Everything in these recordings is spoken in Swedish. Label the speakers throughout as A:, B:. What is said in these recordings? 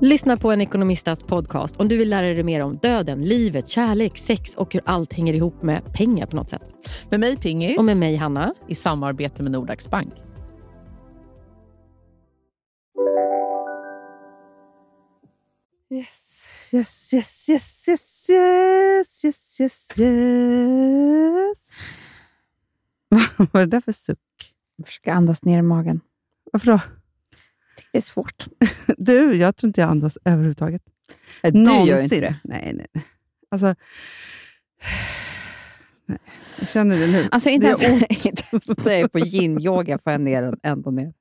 A: Lyssna på en ekonomistats podcast om du vill lära dig mer om döden, livet, kärlek, sex och hur allt hänger ihop med pengar på något sätt.
B: Med mig Pingis.
A: Och med mig Hanna.
B: I samarbete med Nordax Bank.
C: Yes, yes, yes, yes, yes, yes, yes, yes, yes. Vad var det där för suck?
D: Jag försöker andas ner i magen.
C: Varför då?
D: Det är svårt.
C: Du, jag tror inte jag andas överhuvudtaget.
D: Du gör ju inte det.
C: Nej, nej, nej. Alltså, nej. Jag känner det nu.
D: Alltså inte
C: Det
D: ens,
C: gör
D: inte ens när jag är på yin-yoga får jag ner den ända ner.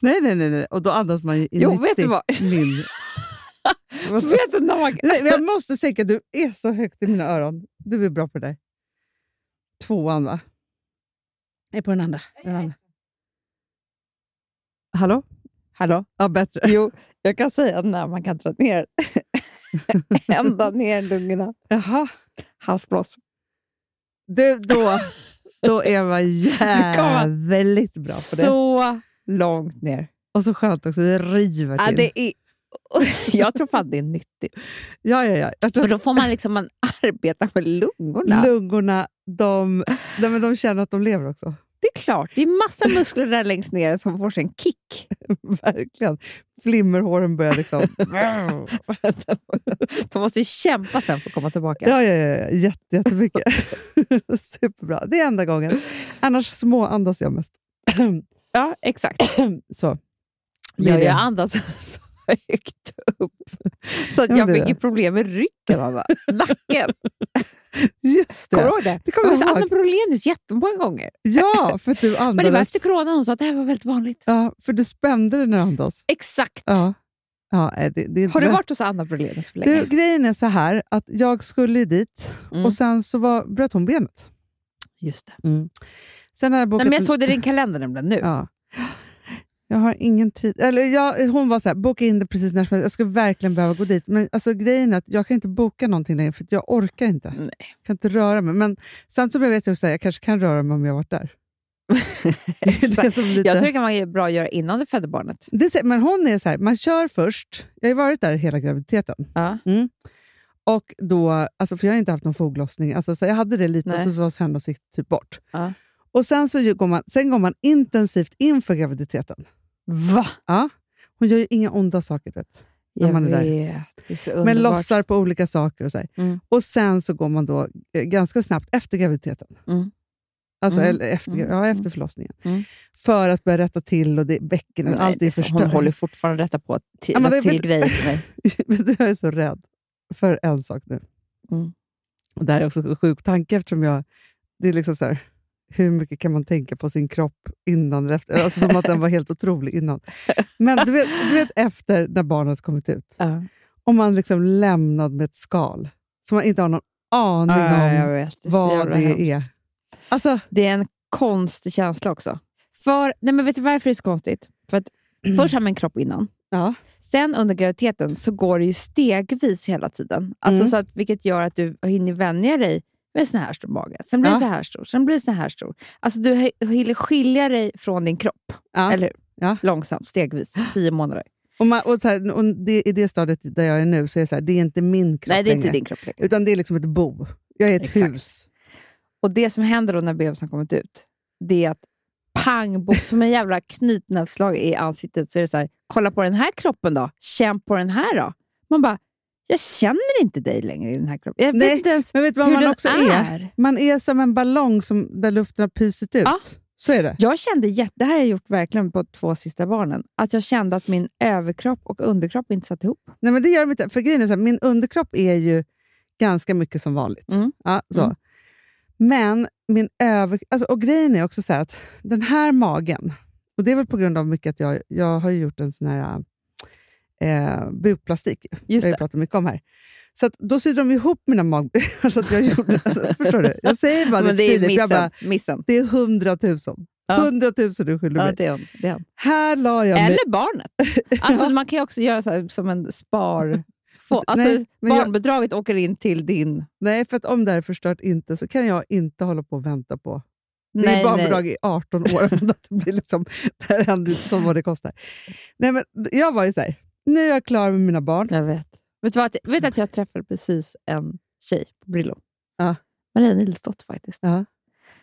C: Nej, nej, nej, nej. Och då andas man ju i
D: Jo, vet
C: 90
D: du vad?
C: min. Jag måste-
D: Vet du nageln?
C: Nej, men jag måste säga du är så högt i mina öron. Du är bra på det där. Tvåan, va? Nej, på den andra. Den andra. Hallå? Hallå? Ja, bättre.
D: Jo, jag kan säga när man kan dra ner ända ner lungorna.
C: Jaha.
D: Halsblås.
C: Du, då, då är man jävligt bra på det.
D: Så långt ner.
C: Och så skönt också, det river
D: Ja,
C: till.
D: det är, jag tror fan det är nyttigt.
C: Ja, ja, ja. Jag tror
D: För då får man liksom man arbeta med lungorna.
C: att lungorna, de, nej, men de känner att de lever också.
D: Det är klart, det är massa muskler där längst ner som får sin kick.
C: Verkligen. Flimmerhåren börjar liksom...
D: De måste kämpa sen för att komma tillbaka.
C: Ja, ja, ja. ja. Jätte, jättemycket. Superbra. Det är enda gången. Annars små andas jag mest.
D: Ja, exakt.
C: Så. Blir
D: Jag,
C: det.
D: jag andas så högt upp så att
C: Ja, men
D: jag
C: det är
D: fick ju problem med ryggen, Anna. Nacken.
C: Just
D: Kommer du
C: det.
D: ihåg det?
C: Det
D: Jag
C: kommer
D: var
C: jag
D: så Anna
C: ihåg.
D: Brolenius jättemånga gånger.
C: Ja, för att du
D: Men det var
C: andades.
D: efter corona hon sa att det här var väldigt vanligt.
C: Ja, för du spände dig när du andas.
D: Exakt.
C: Ja. Ja, nej, det, det är inte
D: Har du
C: lätt.
D: varit hos Anna Brolenius för länge?
C: Du, grejen är så här att jag skulle ju dit
D: Mm.
C: och sen så var, bröt hon benet.
D: Just det.
C: Sen har jag bokat
D: Nej, men jag
C: en-
D: såg det i din kalender nämligen nu.
C: Mm. Ja. Jag har ingen tid. Eller jag, hon var så här, boka in det precis när som helst. Jag skulle verkligen behöva gå dit. Men alltså, grejen är att jag kan inte boka någonting längre för att jag orkar inte.
D: Nej.
C: Jag kan inte röra mig. Men samtidigt vet jag också att jag kanske kan röra mig om jag varit där. Det är det som är lite...
D: jag tror det kan vara bra att göra innan du födde barnet.
C: det är, så- men hon är så här, man kör först. Jag har ju varit där hela graviditeten.
D: Ja.
C: Och då, alltså för jag har inte haft någon foglossning. Alltså så jag hade det lite,
D: Nej.
C: så var henne och så gick det typ bort.
D: Ja.
C: Och sen, så ju- går man, sen går man intensivt inför graviditeten.
D: Va?
C: Ja. Hon gör ju inga onda saker, vet. När
D: Jag
C: man är där.
D: vet. Det är så underbart.
C: men lossar på olika saker. Och så här.
D: Mm.
C: Och sen så går man då eh, ganska snabbt efter graviditeten.
D: Mm.
C: Alltså,
D: Mm.
C: Eller efter,
D: Mm.
C: ja, efter förlossningen.
D: Mm.
C: För att börja rätta till och det, bäckenet,
D: Nej,
C: allt
D: det
C: är
D: är så- Hon
C: förstört.
D: håller fortfarande rätta på till,
C: Ja, men det-
D: till grejer för mig.
C: Men du, jag är så rädd för en sak nu.
D: Mm.
C: Och Det här är också en sjuk tanke eftersom jag... Det är liksom så här, hur mycket kan man tänka på sin kropp innan eller efter? Alltså som att den var helt otrolig innan. Men du vet, du vet efter när barnet kommit ut,
D: Ja.
C: om man liksom lämnad med ett skal som man inte har någon aning
D: Ja, jag
C: om
D: vet. Det är så
C: vad
D: jävla
C: det
D: hemskt.
C: är. Alltså,
D: Det är en konstig känsla också. För, nej men vet du varför det är så konstigt? För att Först har man en kropp innan.
C: ja.
D: Sen under graviditeten så går det ju stegvis hela tiden. Alltså
C: Mm.
D: så att, vilket gör att du hinner vänja dig med sån här stor mage. Sen blir det
C: Ja.
D: så här stor, sen blir det så här stor. Alltså du he- hinner skilja dig från din kropp.
C: Ja.
D: Eller hur?
C: Ja.
D: Långsamt, stegvis. Tio månader.
C: Och, man, och, så här, och det, i det stadiet där jag är nu så är det, så här, det är inte min kropp
D: Nej, det är inte
C: längre.
D: din kropp längre.
C: Utan det är liksom ett bo. Jag är ett
D: Exakt.
C: hus.
D: Och det som händer då när bebisen har kommit ut, det är att pang, bo, som en jävla knytnävsslag i ansiktet så är det så här, kolla på den här kroppen då, känn på den här då. Man bara, jag känner inte dig längre i den här kroppen. Jag
C: Nej,
D: vet inte ens
C: Men vet du vad
D: hur
C: man
D: den
C: också
D: är.
C: är? Man är som en ballong som, där luften har pysit ut.
D: Ja.
C: Så är det.
D: Jag kände, jätte- det här har jag gjort verkligen på två sista barnen, att jag kände att min överkropp och underkropp inte satt ihop.
C: Nej, men det gör de inte. För grejen är så här, min underkropp är ju ganska mycket som vanligt.
D: Mm.
C: Ja, så.
D: Mm.
C: Men min över... Alltså, och grejen är också så här att den här magen, och det är väl på grund av mycket att jag, jag har ju gjort en sån här eh, bukplastik.
D: Just
C: jag har ju
D: det.
C: pratat mycket om här. Så att, då sydde de ihop mina mag... alltså att jag gjorde... Alltså, förstår du? Jag säger bara
D: Men
C: det,
D: det är
C: tydligt. Jag
D: missen.
C: bara,
D: missen.
C: det är hundratusen.
D: Ja.
C: 100 000 urskyldig
D: Ja,
C: mig.
D: det är hon. Det är hon.
C: Här la jag mig...
D: Eller barnet. Alltså, Man kan ju också göra så här, som en spar... Få, alltså,
C: Nej, men jag-
D: barnbidraget åker in till din...
C: Nej, för att om det här är förstört inte så kan jag inte hålla på och vänta på. Det är
D: Nej,
C: barnbidrag i 18 år. om att det, blir liksom, det här händer inte som vad det kostar. Nej, men jag var ju så här, nu är jag klar med mina barn.
D: nej. Jag vet. Vet du vad, att- vet du att jag träffade precis en tjej på Brillo?
C: Ja.
D: Maria Nilsdotter faktiskt.
C: Ja.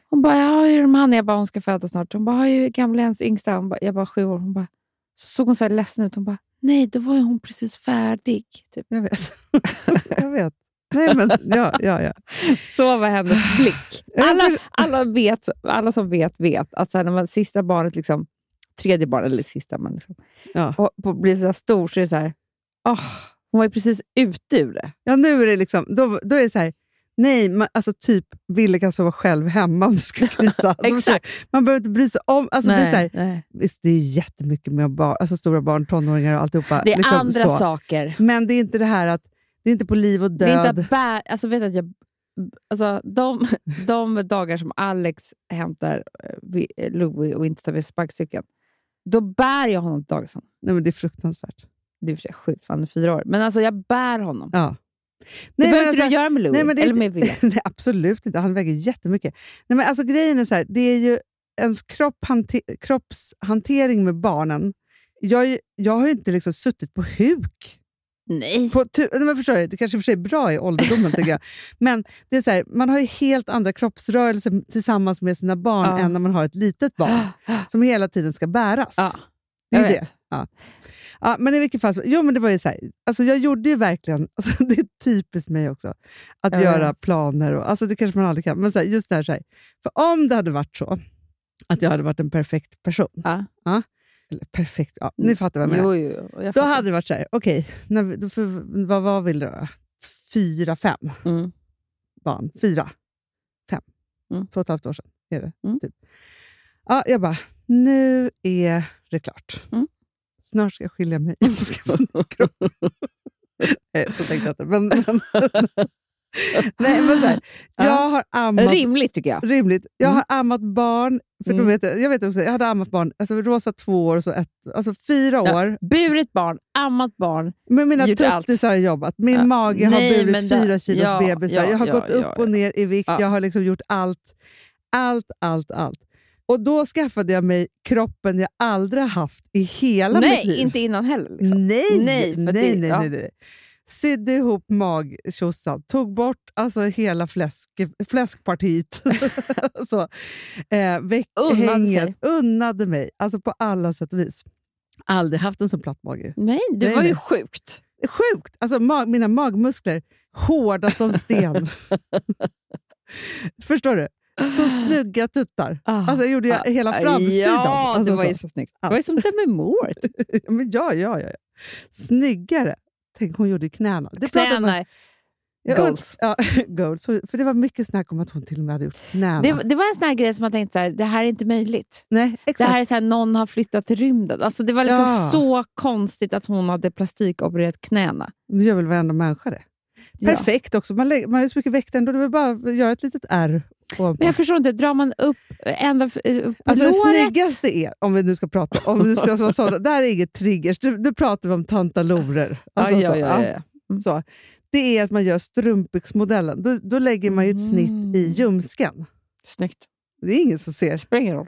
D: Hon bara, ja, hur är det med han? Jag bara, hon ska födas snart. Hon bara, "Ja, hur gammal är ens yngsta? Hon bara, jag bara, sju år. Hon bara, så såg hon så här ledsen ut. Hon bara, nej, då var ju hon precis färdig. Typ.
C: Jag vet. jag vet. Nej, men ja, ja, ja.
D: Så var hennes blick.
C: Jag
D: Alla,
C: för-
D: alla, vet, alla som vet, vet att så här, när man sista barnet, liksom, tredje barnet, eller sista man liksom,
C: Ja.
D: och, och blir så här stor, så är det så här, åh, hon var ju precis ute ur det.
C: ja nu är det liksom, då, då är det så här, nej, man, alltså typ Ville kan sova själv hemma om det skulle krisa. Alltså,
D: Exakt.
C: Man behöver inte bry sig om. Alltså, det är så här,
D: nej.
C: visst, det är jättemycket med barn, alltså, stora barn, tonåringar och alltihopa.
D: det är
C: liksom
D: andra
C: så.
D: saker.
C: Men det är inte det här att det är inte på liv och
D: Det är
C: död.
D: inte att bära, alltså vet du att jag, alltså de, de dagar som Alex hämtar eh, vi- eh, Louis och inte tar med sparkcykeln, då bär jag honom till dagis.
C: Nej, men det är fruktansvärt.
D: Det är i och för sig sjukt, för han är fyra år. Men alltså jag bär honom.
C: Ja.
D: Det
C: Nej,
D: behöver
C: men
D: inte
C: alltså-
D: du göra med Louis,
C: nej, men det är
D: eller
C: inte-
D: med Wille.
C: Nej, absolut inte. Han väger jättemycket. Nej, men alltså, grejen är så här, det är ju ens kropp, hante, kroppshantering med barnen. Jag, är ju- jag har ju inte liksom suttit på huk.
D: Nej.
C: På tu, nej, men förstår du, det kanske i och för sig är bra i ålderdomen, tycker jag. Men det är så här, man har ju helt andra kroppsrörelser tillsammans med sina barn
D: Ja.
C: än när man har ett litet barn som hela tiden ska bäras.
D: Ja,
C: det är
D: jag
C: ju
D: vet.
C: det. Ja, men i vilket fall som- jo, men det var ju så här, alltså jag gjorde ju verkligen, alltså det är typiskt mig också, att
D: Jag
C: göra planer. Och, alltså det kanske man aldrig kan, men så här, just det här, så här. För om det hade varit så att jag hade varit en perfekt person,
D: Ja.
C: eller perfekt, ja, ni
D: Mm.
C: fattar vad jag menar.
D: Jo, jo, jo, jag
C: Då
D: fattar.
C: hade det varit så här, okej, när vi- då för- vad var vi då? Fyra, fem
D: Mm.
C: barn. Fyra, fem,
D: Mm.
C: två och ett halvt år sedan är det.
D: Mm.
C: Typ. Ja, jag bara, nu är det klart.
D: Mm.
C: Snart ska jag skilja mig. Jag ska få en kropp. Nej, så tänkte jag inte. Men, men, nej, men så här,
D: Ja.
C: jag har ammat...
D: Rimligt tycker jag.
C: Rimligt. Jag
D: Mm.
C: har ammat barn. För
D: Mm.
C: då vet jag, jag vet också, jag hade ammat barn. Alltså, Rosa två år och så ett. Alltså fyra
D: Ja.
C: år.
D: Burit barn, ammat barn.
C: Med mina
D: Gjort allt.
C: tuttisar har jag jobbat. Min
D: Ja.
C: mage
D: Nej,
C: har
D: men
C: burit
D: det-
C: fyra kilos
D: ja,
C: bebisar.
D: ja,
C: jag har
D: ja,
C: gått
D: ja,
C: upp och
D: ja.
C: ner i vikt.
D: Ja.
C: Jag har liksom gjort allt. Allt, allt, allt. Och då skaffade jag mig kroppen jag aldrig har haft i hela mitt liv.
D: Nej, inte innan heller. Liksom.
C: Nej,
D: Nej,
C: nej,
D: för
C: nej, nej,
D: det- ja.
C: nej, nej. Sydde ihop magtjosan, tog bort alltså, hela fläsk, fläskpartiet. så, eh, väck,
D: Unnade
C: hänget,
D: sig.
C: Unnade mig, alltså på alla sätt och vis. Aldrig haft en så platt mage.
D: Nej, du
C: Nej,
D: var ju
C: nej.
D: sjukt.
C: Sjukt! Alltså, mag, mina magmuskler, hårda som sten. Förstår du? Så snygga tuttar. Alltså, jag gjorde jag hela framsidan.
D: Ah, Ja,
C: alltså,
D: det var
C: så.
D: ju så snyggt.
C: Ja.
D: Det var ju som Demi Moore. typ.
C: Men ja, ja, ja, ja. Snyggare. Tänk, hon gjorde ju knäna. Det pratade man-
D: Knäna.
C: Jag und-
D: Goals.
C: Ja, goals. För det var mycket snack om att hon till och med hade gjort knäna.
D: Det, det var en sån här grej som man tänkte så här, det här är inte möjligt.
C: Nej,
D: Det
C: exakt.
D: här är så här, någon har flyttat till rymden. Alltså, det var liksom
C: Ja.
D: så konstigt att hon hade plastikopererat knäna.
C: Nu gör väl varenda människa det.
D: Ja.
C: Perfekt också. Man, lägger, man har ju så mycket vikt ändå. Det är väl bara att göra ett litet R. ovanpå.
D: Men jag förstår inte, drar man upp eh, ända f- upp
C: Alltså det
D: låret?
C: snyggaste är, om vi nu ska prata om vi nu ska vara sådana, det här är inget triggers, nu, nu pratar vi om tantalorer. Alltså,
D: ja, ja,
C: så,
D: ja, ja.
C: Så. Det är att man gör strumpbyxmodellen. Då, då lägger man ju ett snitt i
D: Mm.
C: ljumsken.
D: Snyggt.
C: Det är ingen som ser.
D: Spelar ingen roll.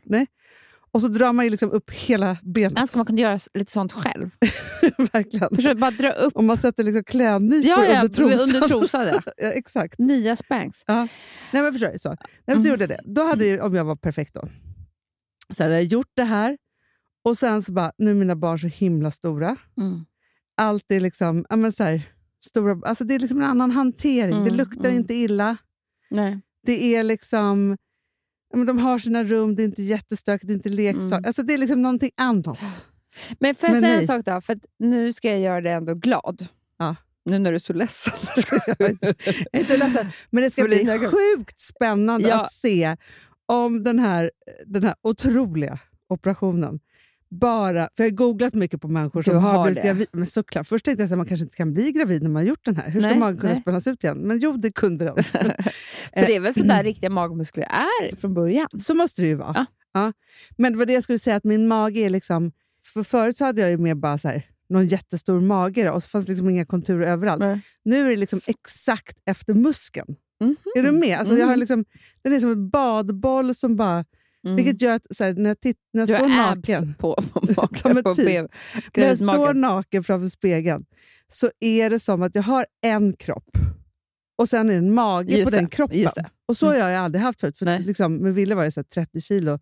C: Och så drar man ju liksom upp hela benet.
D: Önskar man kunde göra s- lite sånt själv.
C: verkligen.
D: Förstår du? Bara dra upp
C: Och man sätter liksom klädnypor
D: ja, ja,
C: under trosan.
D: Under trosan ja.
C: ja, exakt.
D: Nya Spanks.
C: Nej, men förstår du? Så. Nej, men så
D: Mm.
C: gjorde jag det. Då hade jag, om jag var perfekt då, så hade jag gjort det här. Och sen så bara, nu är mina barn så himla stora.
D: Mm.
C: allt är liksom, ja, men så här, stora, alltså det är liksom en annan hantering. det
D: Mm,
C: luktar
D: mm.
C: inte illa.
D: Nej.
C: Det är liksom, ja, men de har sina rum, det är inte jättestökigt, det är inte leksaker.
D: Mm.
C: Alltså det är liksom någonting annat.
D: Men får jag
C: Men
D: säga
C: nej.
D: en sak då? För att nu ska jag göra dig ändå glad.
C: Ja.
D: Nu när du är så ledsen.
C: Jag är inte ledsen, men det ska
D: För
C: bli
D: dina gru-
C: sjukt spännande
D: Ja.
C: att se om den här, den här otroliga operationen bara, för jag har googlat mycket på människor som
D: Du
C: har,
D: har
C: blivit
D: det.
C: gravida. Men såklart, först tänkte jag att man kanske inte kan bli gravid när man har gjort den här. Hur ska
D: Nej,
C: magen kunna
D: nej.
C: spännas ut igen? Men jo, det kunde den.
D: För det är väl så där riktiga magmuskler är från början?
C: Så måste det ju vara.
D: Ja.
C: Ja. Men det var det jag skulle säga, att min mage är liksom... För förut så hade jag ju mer bara så här, någon jättestor mage då, och så fanns det liksom inga konturer överallt.
D: Nej.
C: Nu är det liksom exakt efter muskeln.
D: Mhm.
C: Är du med? Alltså jag har liksom, den är som en badboll som bara...
D: Mm.
C: Vilket gör att så här, när jag, titt, när jag
D: du
C: står
D: har
C: naken...
D: abs på
C: Ja, men
D: magen. på
C: typ.
D: ben.
C: När jag står
D: Gräsmagen.
C: naken framför spegeln så är det som att jag har en kropp och sen är det en mage
D: Just
C: på den
D: det,
C: kroppen.
D: just det. Mm.
C: Och så har jag ju aldrig haft förut. För
D: Nej.
C: liksom, med Ville var det så här 30 kilo,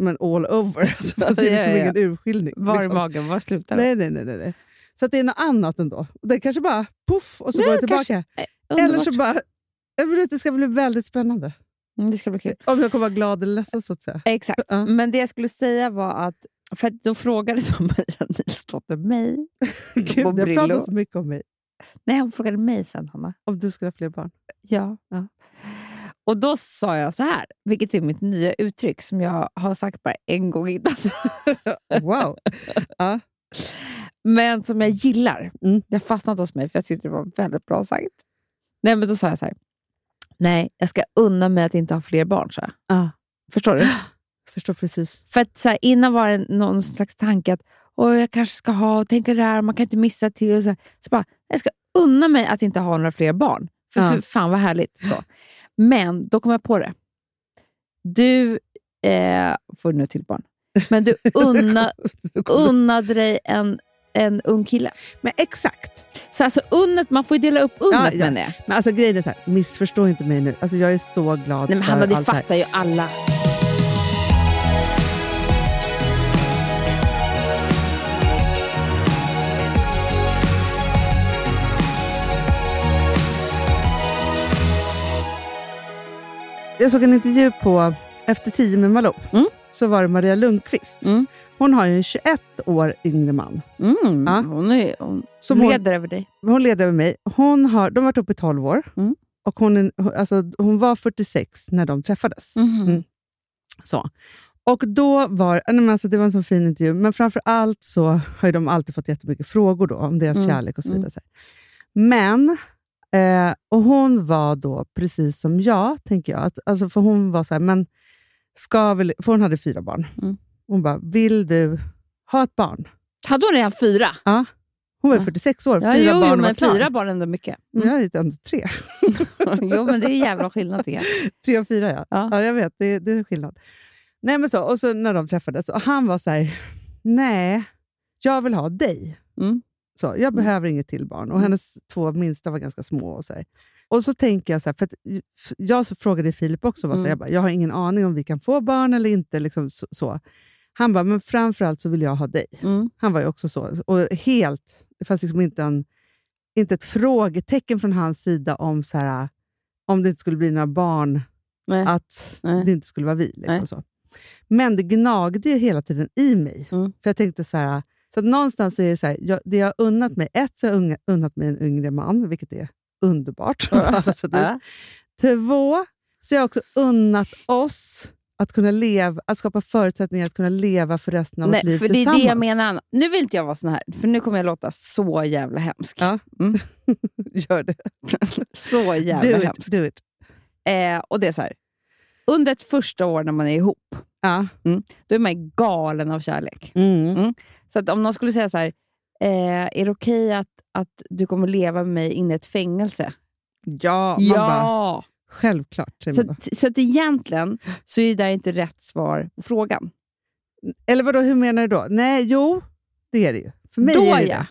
C: men all over. Alltså, det fanns ju
D: Ja, ja,
C: liksom
D: ja.
C: ingen urskiljning.
D: Var i
C: liksom.
D: magen? Var slutar den?
C: nej, nej, nej, nej, nej. Så att det är något annat ändå. Och det kanske bara poff och så går det tillbaka.
D: kanske. Nej,
C: Eller
D: underbart.
C: så bara... Jag vet inte, Det ska bli väldigt spännande.
D: Mm, Det ska bli kul. Mm,
C: Om jag kommer vara glad eller ledsen så att säga.
D: Exakt.
C: Ja.
D: Men det jag skulle säga var att, för att då frågade de Maria Nilsdotter mig.
C: Gud, jag pratar
D: Brillo.
C: så mycket om mig.
D: Nej, hon frågade mig sen, Hanna.
C: Om du skulle ha fler barn.
D: Ja.
C: Ja.
D: Och då sa jag så här, vilket är mitt nya uttryck som jag har sagt bara en gång innan,
C: Wow!
D: men som jag gillar.
C: Mm.
D: Det har fastnat hos mig för jag tyckte det var väldigt bra sagt. Nej, men då sa jag så här, nej, jag ska unna mig att inte ha fler barn. Så
C: Ja.
D: Förstår du?
C: Förstår precis.
D: För att så här, innan var det någon slags tanke att Åh, jag kanske ska ha, tänk det här, man kan inte missa till. Och så, här. så bara, jag ska unna mig att inte ha några fler barn. För,
C: Ja.
D: för fan vad härligt. Så. Men då kom jag på det. Du eh, får nu till barn. Men du unna, unnade dig en, en ung kille.
C: Men exakt.
D: Så alltså unnet, man får ju dela upp unnet
C: Ja, ja.
D: menar jag.
C: Men alltså grejen är så här, missförstå inte mig nu. Alltså jag är så glad
D: Nej men
C: för
D: Hanna, det
C: allt det här.
D: fattar ju alla.
C: Jag såg en intervju på Efter tio med Malou.
D: Mm.
C: Så var det Maria Lundqvist.
D: Mm.
C: Hon har ju en 21 år yngre man.
D: Mm,
C: Ja.
D: Hon, är, hon
C: Som hon,
D: leder över dig.
C: hon leder med mig. Hon har, de har varit ihop i 12 år.
D: Mm.
C: Och hon, är, alltså, hon var 46 när de träffades. Mm. Så. Och då var, nej men alltså det var en sån fin intervju, men framför allt så har ju de alltid fått jättemycket frågor då, om deras
D: Mm,
C: kärlek och så
D: mm.
C: vidare. så här. Men, eh, och hon var då precis som jag, tänker jag. Att, alltså för hon var så här, men ska väl, för hon hade fyra barn.
D: Mm.
C: Hon bara, vill du ha ett barn?
D: Hade hon redan fyra?
C: Hon var ju
D: Ja.
C: 46 år,
D: Ja,
C: fyra
D: jo,
C: barn
D: jo,
C: och var
D: men
C: klar.
D: fyra Mm. barn är ändå mycket.
C: Men jag är ju ändå tre.
D: jo, men det är jävla skillnad tycker jag.
C: Tre och fyra, ja. ja.
D: Ja.
C: jag vet. Det, det är skillnad. Nej, men så, och så när de träffades, och han var så här, nej, jag vill ha dig.
D: Mm.
C: Så, jag behöver inget till barn. Och hennes två minsta var ganska små. Och så, här. Och så tänker jag så här, för att jag så frågade Filip också, var så här,
D: Mm.
C: jag, bara, jag har ingen aning om vi kan få barn eller inte. Liksom, så, så. Han bara, men framförallt så vill jag ha dig.
D: Mm.
C: Han var ju också så. Och helt, det fanns liksom inte, en, inte ett frågetecken från hans sida om så här, om det inte skulle bli några barn,
D: Nej.
C: att
D: Nej.
C: det inte skulle vara vi. Liksom
D: Nej.
C: så. Men det gnagde ju hela tiden i mig.
D: Mm.
C: För jag tänkte så här, så att någonstans så är det så här, jag, det jag har unnat mig, ett så har jag unga- unnat mig en yngre man, vilket är underbart. på alla sätt och vis.
D: Ja.
C: Två, så jag har också unnat oss att kunna leva, att skapa förutsättningar att kunna leva för resten av vårt liv
D: Nej, för det är
C: tillsammans.
D: det jag menar. Anna. Nu vill inte jag vara sån här, för nu kommer jag låta så jävla hemsk.
C: Ja.
D: Mm.
C: Gör det.
D: Så jävla
C: Do it,
D: hemsk.
C: do it.
D: Eh, och det är så här, under ett första år när man är ihop,
C: Ja.
D: då är man galen av kärlek.
C: Mm.
D: Så att om någon skulle säga så här, eh, är det okej att, att du kommer leva med mig in i ett fängelse?
C: Ja, man bara,
D: ja!
C: självklart. säger
D: Så,
C: man då.
D: att- så att egentligen så är det där inte rätt svar på frågan.
C: Eller vadå, hur menar du då? Nej, jo, det är det ju. För mig
D: då
C: är det
D: ja.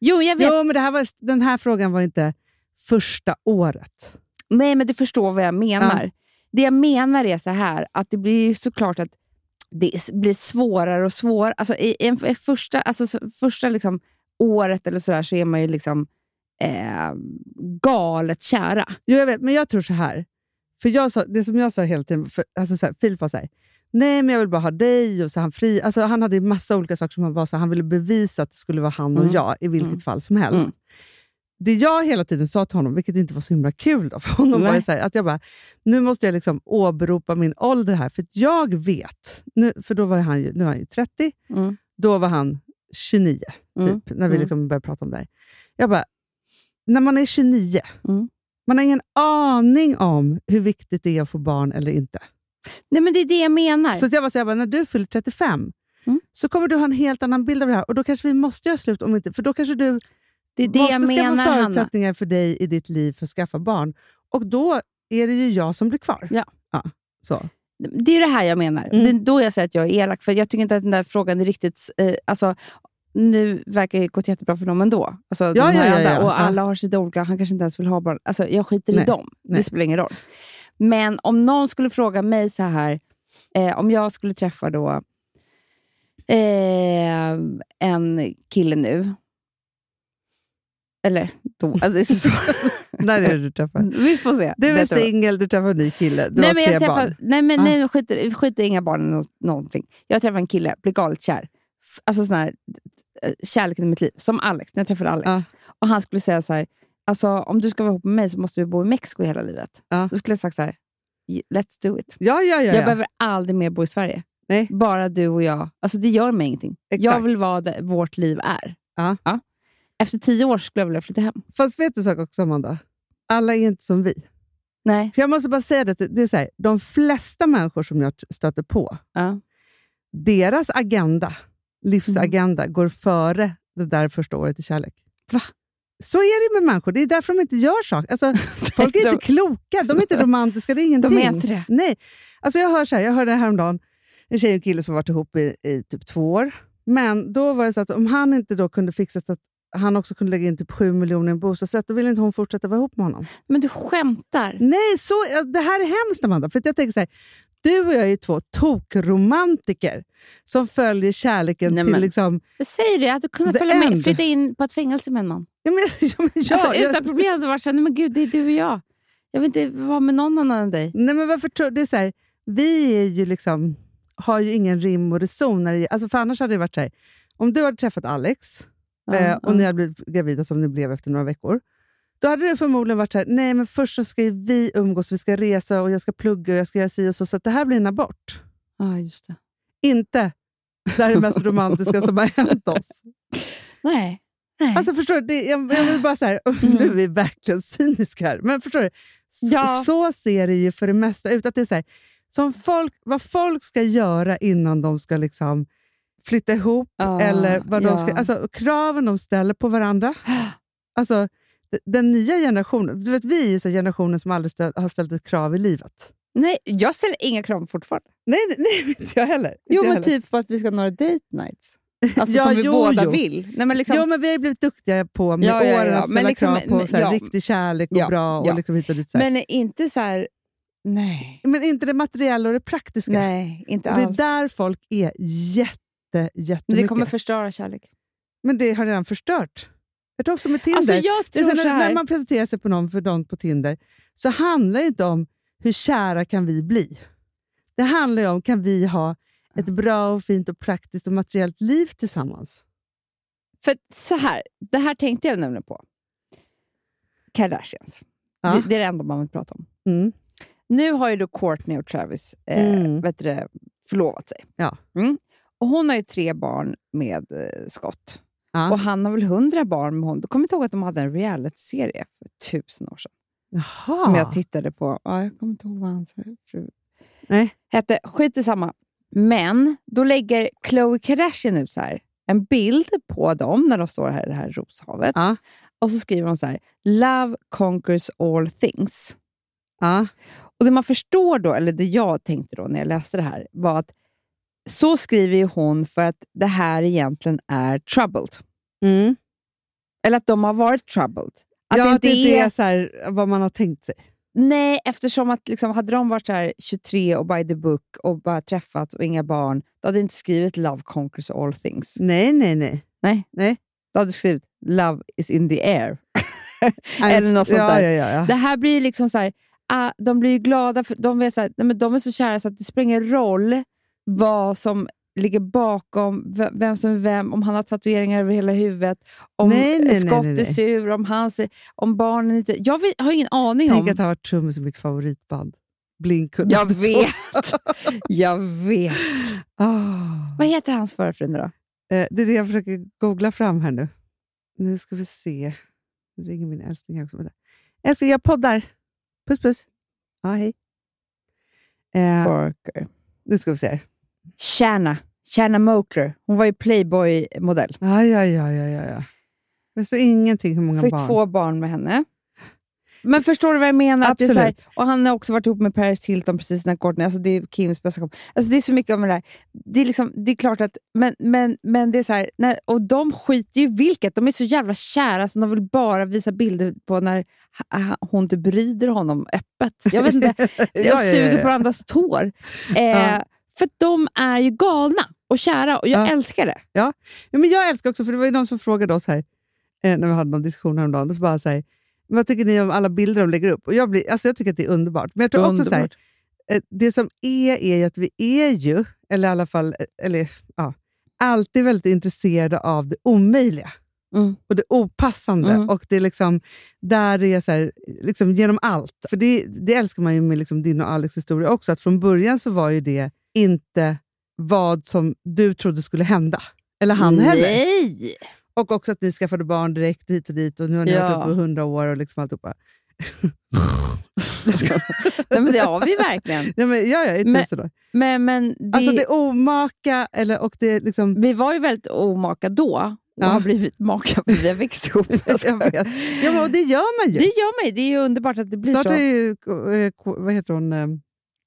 D: Jo, jag
C: det.
D: vet.
C: Jo, men det här var, den här frågan var inte första året.
D: Nej, men du förstår vad jag menar. Det jag menar är så här, att det blir ju såklart att det s- blir svårare och svårare. Alltså, i, i, en- i första, alltså, så- första liksom, året eller sådär så är man ju liksom eh, galet kära.
C: Jo, jag vet, men jag tror så här. För jag sa, det som jag sa hela tiden, för, alltså så här, Filip var så här, nej men jag vill bara ha dig och så är han fri. Alltså, han hade ju massa olika saker som han var så här, han ville bevisa att det skulle vara han och
D: Mm.
C: jag i vilket
D: Mm.
C: fall som helst.
D: Mm.
C: Det jag hela tiden sa till honom, vilket inte var så himla kul då, för honom, var
D: Nej.
C: ju så här, att jag bara, nu måste jag liksom åberopa min ålder här, för att jag vet, nu, för då var ju han ju, nu är han ju 30,
D: Mm.
C: då var han 29
D: Mm.
C: typ, när vi
D: Mm.
C: liksom började prata om det här. Jag bara, när man är 29,
D: Mm.
C: man har ingen aning om hur viktigt det är att få barn eller inte.
D: Nej, men det är det jag menar.
C: Så att jag, bara, så jag bara, när du fyller 35
D: Mm.
C: så kommer du ha en helt annan bild av det här och då kanske vi måste göra slut om inte, för då kanske du
D: det är det
C: måste
D: jag
C: skaffa
D: menar, Hanna.
C: förutsättningar för dig i ditt liv för att skaffa barn. Och då är det ju jag som blir kvar.
D: Ja.
C: ja så.
D: Det är det här jag menar.
A: Mm.
D: Det är då jag säger att jag är elak, för jag tycker inte att den där frågan är riktigt... Eh, alltså, nu verkar det gått jättebra för dem ändå. Alltså, de
C: Ja,
D: har
C: ja, ja,
D: andra,
C: ja. Ja.
D: Och alla har sina olika, han kanske inte ens vill ha barn. Alltså, jag skiter i
C: Nej,
D: dem,
C: nej.
D: det spelar ingen roll. Men om någon skulle fråga mig så här, eh, om jag skulle träffa då eh, en kille nu, eller då, alltså det är så svårt.
C: När är det du träffar?
D: Vi får se.
C: Du är
D: Vet vad?
C: singel, du träffar en ny kille, du
D: nej,
C: har
D: men
C: tre
D: jag träffar,
C: barn.
D: Nej, men
C: Ah.
D: nej, skit, i- skit i inga barn eller nå- någonting. Jag träffar en kille, blir galet kär. F- Alltså sån här, eh, kärleken i mitt liv. Som Alex, när jag träffade Alex.
C: Ah.
D: Och han skulle säga så här, alltså, om du ska vara ihop med mig så måste vi bo i Mexiko hela livet.
C: Ah.
D: Då skulle jag sagt så här, "Y- let's do it.
C: Ja, ja, ja.
D: Jag
C: ja.
D: behöver aldrig mer bo i Sverige.
C: Nej.
D: Bara du och jag. Alltså det gör mig ingenting. Jag
C: Exakt.
D: vill vara där vårt liv är.
C: Ja.
D: Efter tio år skulle jag vilja flytta hem.
C: Fast vet du en sak också, Amanda? Alla är inte som vi.
D: Nej.
C: För jag måste bara säga det, att det- det är så här, de flesta människor som jag t- stöter på,
D: Ja.
C: deras agenda, livsagenda, går före det där första året i kärlek.
D: Mm. Va?
C: Så är det med människor. Det är därför de inte gör saker. Alltså, folk är
D: de-
C: inte kloka, de är inte romantiska, det är
D: De
C: ingenting.
D: är inte det.
C: Nej. Alltså jag hör så här, jag hörde häromdagen en tjej och en kille som varit ihop i, i typ två år. Men då var det så att om han inte då kunde fixa så att han också kunde lägga in typ sju miljoner i en bostadsrätt, då ville inte hon fortsätta vara ihop med honom.
D: Men du skämtar.
C: Nej, så, ja, det här är hemskt Amanda. För att jag tänker så här, du och jag är ju två tokromantiker som följer kärleken
D: Nej,
C: till
D: men-
C: liksom...
D: Jag säger det, att du kunde
C: The
D: följa med,
C: end.
D: flytta in på ett fängelse med en man.
C: Ja, men, ja, men, ja,
D: alltså, utan
C: jag,
D: problem. Det var så här, nej men gud, det är du och jag. Jag vill inte vara med någon annan än dig.
C: nej, men varför tror det är så här, Vi är ju liksom, har ju ingen rim och reson. När det, alltså, för annars hade det varit så här, om du hade träffat Alex eh, och ni hade blivit gravida som ni blev efter några veckor. Då hade det förmodligen varit så här, nej men först så ska ju vi umgås, vi ska resa och jag ska plugga och jag ska göra si och så. Så att det här blir en abort.
D: Ja, just det.
C: Inte det här är det mest romantiska som har hänt oss.
D: Nej. nej. Mm.
C: Alltså förstår du, det, jag, jag vill bara så här, nu är vi verkligen cyniska här, men förstår du? Så,
D: Ja.
C: så ser det ju för det mesta ut. Att det är så här, som folk, vad folk ska göra innan de ska liksom flytta ihop,
D: Ja,
C: eller vad de
D: ja.
C: ska, alltså, kraven de ställer på varandra. Alltså, d- den nya generationen, du vet, vi är ju så här generationen som aldrig ställ, har ställt ett krav i livet.
D: nej, jag ställer inga krav fortfarande.
C: Nej, nej, nej inte jag heller. Inte
D: Jo,
C: jag
D: men
C: heller.
D: typ på att vi ska ha några date nights. Alltså
C: Ja,
D: som vi
C: jo,
D: båda
C: jo.
D: vill. Nej, men liksom,
C: Jo, men vi har ju blivit duktiga på med
D: Ja, ja, ja,
C: åren
D: ja.
C: att
D: Men
C: ställa
D: liksom-
C: krav på
D: men-
C: så här,
D: ja.
C: riktig kärlek och
D: Ja,
C: bra. Och
D: ja.
C: liksom hit och dit, så här.
D: men inte så här... Nej,
C: Men inte det materiella och det praktiska.
D: nej inte
C: och det är
D: alls.
C: där folk är jätte, jättemycket.
D: men det kommer förstöra kärlek.
C: Alltså, Men det har redan förstört. Jag tror också med Tinder.
D: Alltså, jag
C: det är
D: tror
C: så
D: så
C: här, när,
D: här.
C: när man presenterar sig på någon för någon på Tinder så handlar det inte om hur kära kan vi bli. Det handlar ju om kan vi ha ett bra, och fint och praktiskt och materiellt liv tillsammans.
D: För att så här, det här tänkte jag nämligen på. Kardashians.
C: Ja.
D: Det, det är det enda man vill prata om.
C: Mm.
D: Nu har ju då Courtney och Travis eh,
C: Mm.
D: vet du, det, förlovat sig.
C: Ja.
D: Mm. Och Hon har ju tre barn med eh, Scott.
C: Ja.
D: Och han har väl hundra barn med hon. Du kommer inte ihåg att de hade en reality-serie för tusen år sedan.
C: Jaha.
D: Som jag tittade på. Ja, jag kommer inte ihåg vad hans eh, fru
C: Nej.
D: hette. Skit i samma. Men då lägger Khloe Kardashian ut så här, en bild på dem när de står här i det här roshavet.
C: Ja.
D: Och så skriver hon så här, Love conquers all things.
C: Ja.
D: Och Det man förstår då, eller det jag tänkte då när jag läste det här, var att så skriver ju hon för att det här egentligen är troubled.
C: Mm.
D: Eller att de har varit troubled. Att
C: ja,
D: det
C: att
D: inte
C: det inte
D: är...
C: är så här, vad man har tänkt sig.
D: Nej, eftersom att liksom, hade de varit så här 23 och by the book och bara träffat och inga barn, då hade det inte skrivit Love conquers all things.
C: Nej, nej, nej.
D: Nej.
C: Mm. Nej.
D: Då hade det skrivit Love is in the air.
C: Nej,
D: Eller något sånt
C: Alltså,
D: där.
C: ja, Ja, ja, ja.
D: Det här blir ju liksom så här, ah, de blir ju glada, för de, vet så här, nej, men de är så kära så att det spelar ingen roll vad som ligger bakom, v- vem som är vem, om han har tatueringar över hela huvudet, om
C: Nej, nej, nej,
D: Scott
C: nej, nej.
D: är sur, om, han, ser- om barnen inte... Jag vet, har ingen aning
C: Tänk
D: om...
C: att han var trummis i mitt favoritband. Blink
D: Jag
C: 182.
D: vet. Jag vet.
C: Ah.
D: Vad heter hans förra fru nu då?
C: Eh, Det är det jag försöker googla fram här nu. Nu ska vi se. Nu ringer min älskling här också. Vänta. Älskling, jag poddar. Puss, puss. Ja, hej. Eh,
D: Barker.
C: nu ska vi se. här.
D: Shanna. Shanna Mokler. Hon var ju Playboy-modell.
C: Aj, aj, aj, aj, aj. aj. Det står ingenting hur många
D: Fick
C: barn.
D: två barn med henne. Men förstår du vad jag menar? Att det är så här, och han har också varit ihop med Paris Hilton precis när Courtney, alltså det är Kims bästa kompis. Alltså det är så mycket om det där. Det är, liksom, det är klart att, men, men, men det är så här, när, och de skiter ju i vilket. De är så jävla kära så de vill bara visa bilder på när ha- ha- hon typ rider honom öppet. Jag vet inte, och
C: ja, ja,
D: suger
C: ja.
D: på andras tår. Eh,
C: Ja.
D: För att de är ju galna och kära och jag
C: Ja.
D: älskar det.
C: Ja, men jag älskar också, för det var ju någon som frågade oss här, eh, när vi hade någon diskussion häromdagen, och så bara så här, vad tycker ni om alla bilder de lägger upp? Och jag, blir, alltså jag tycker att det är underbart. Men jag tror också så här,
D: Underbart.
C: eh, det som är, är ju att vi är ju, eller i alla fall, eh, eller, ja, alltid väldigt intresserade av det omöjliga.
D: Mm.
C: Och det opassande.
D: Mm.
C: Och det är liksom, där det är så här, liksom genom allt. För det, det älskar man ju med liksom din och Alex historia också, att från början så var ju det inte vad som du trodde skulle hända. Eller han heller.
D: Nej!
C: Och också att ni skaffade barn direkt hit och dit och nu har ni
D: Ja.
C: varit uppe i hundra år och liksom alltihopa.
D: Nej, men det har vi verkligen.
C: Nej, men, ja, ja, i
D: Men-
C: tusen år.
D: Men, men det,
C: Alltså det omaka eller, och det liksom...
D: Vi var ju väldigt omaka då och
C: Ja.
D: har blivit maka för vi har växt ihop. Jag skojar.
C: Jag vet. Ja, men, och det gör man ju.
D: Det gör man ju. Det är ju underbart att det blir
C: Snart
D: så.
C: har ju, eh, K- vad heter hon, eh,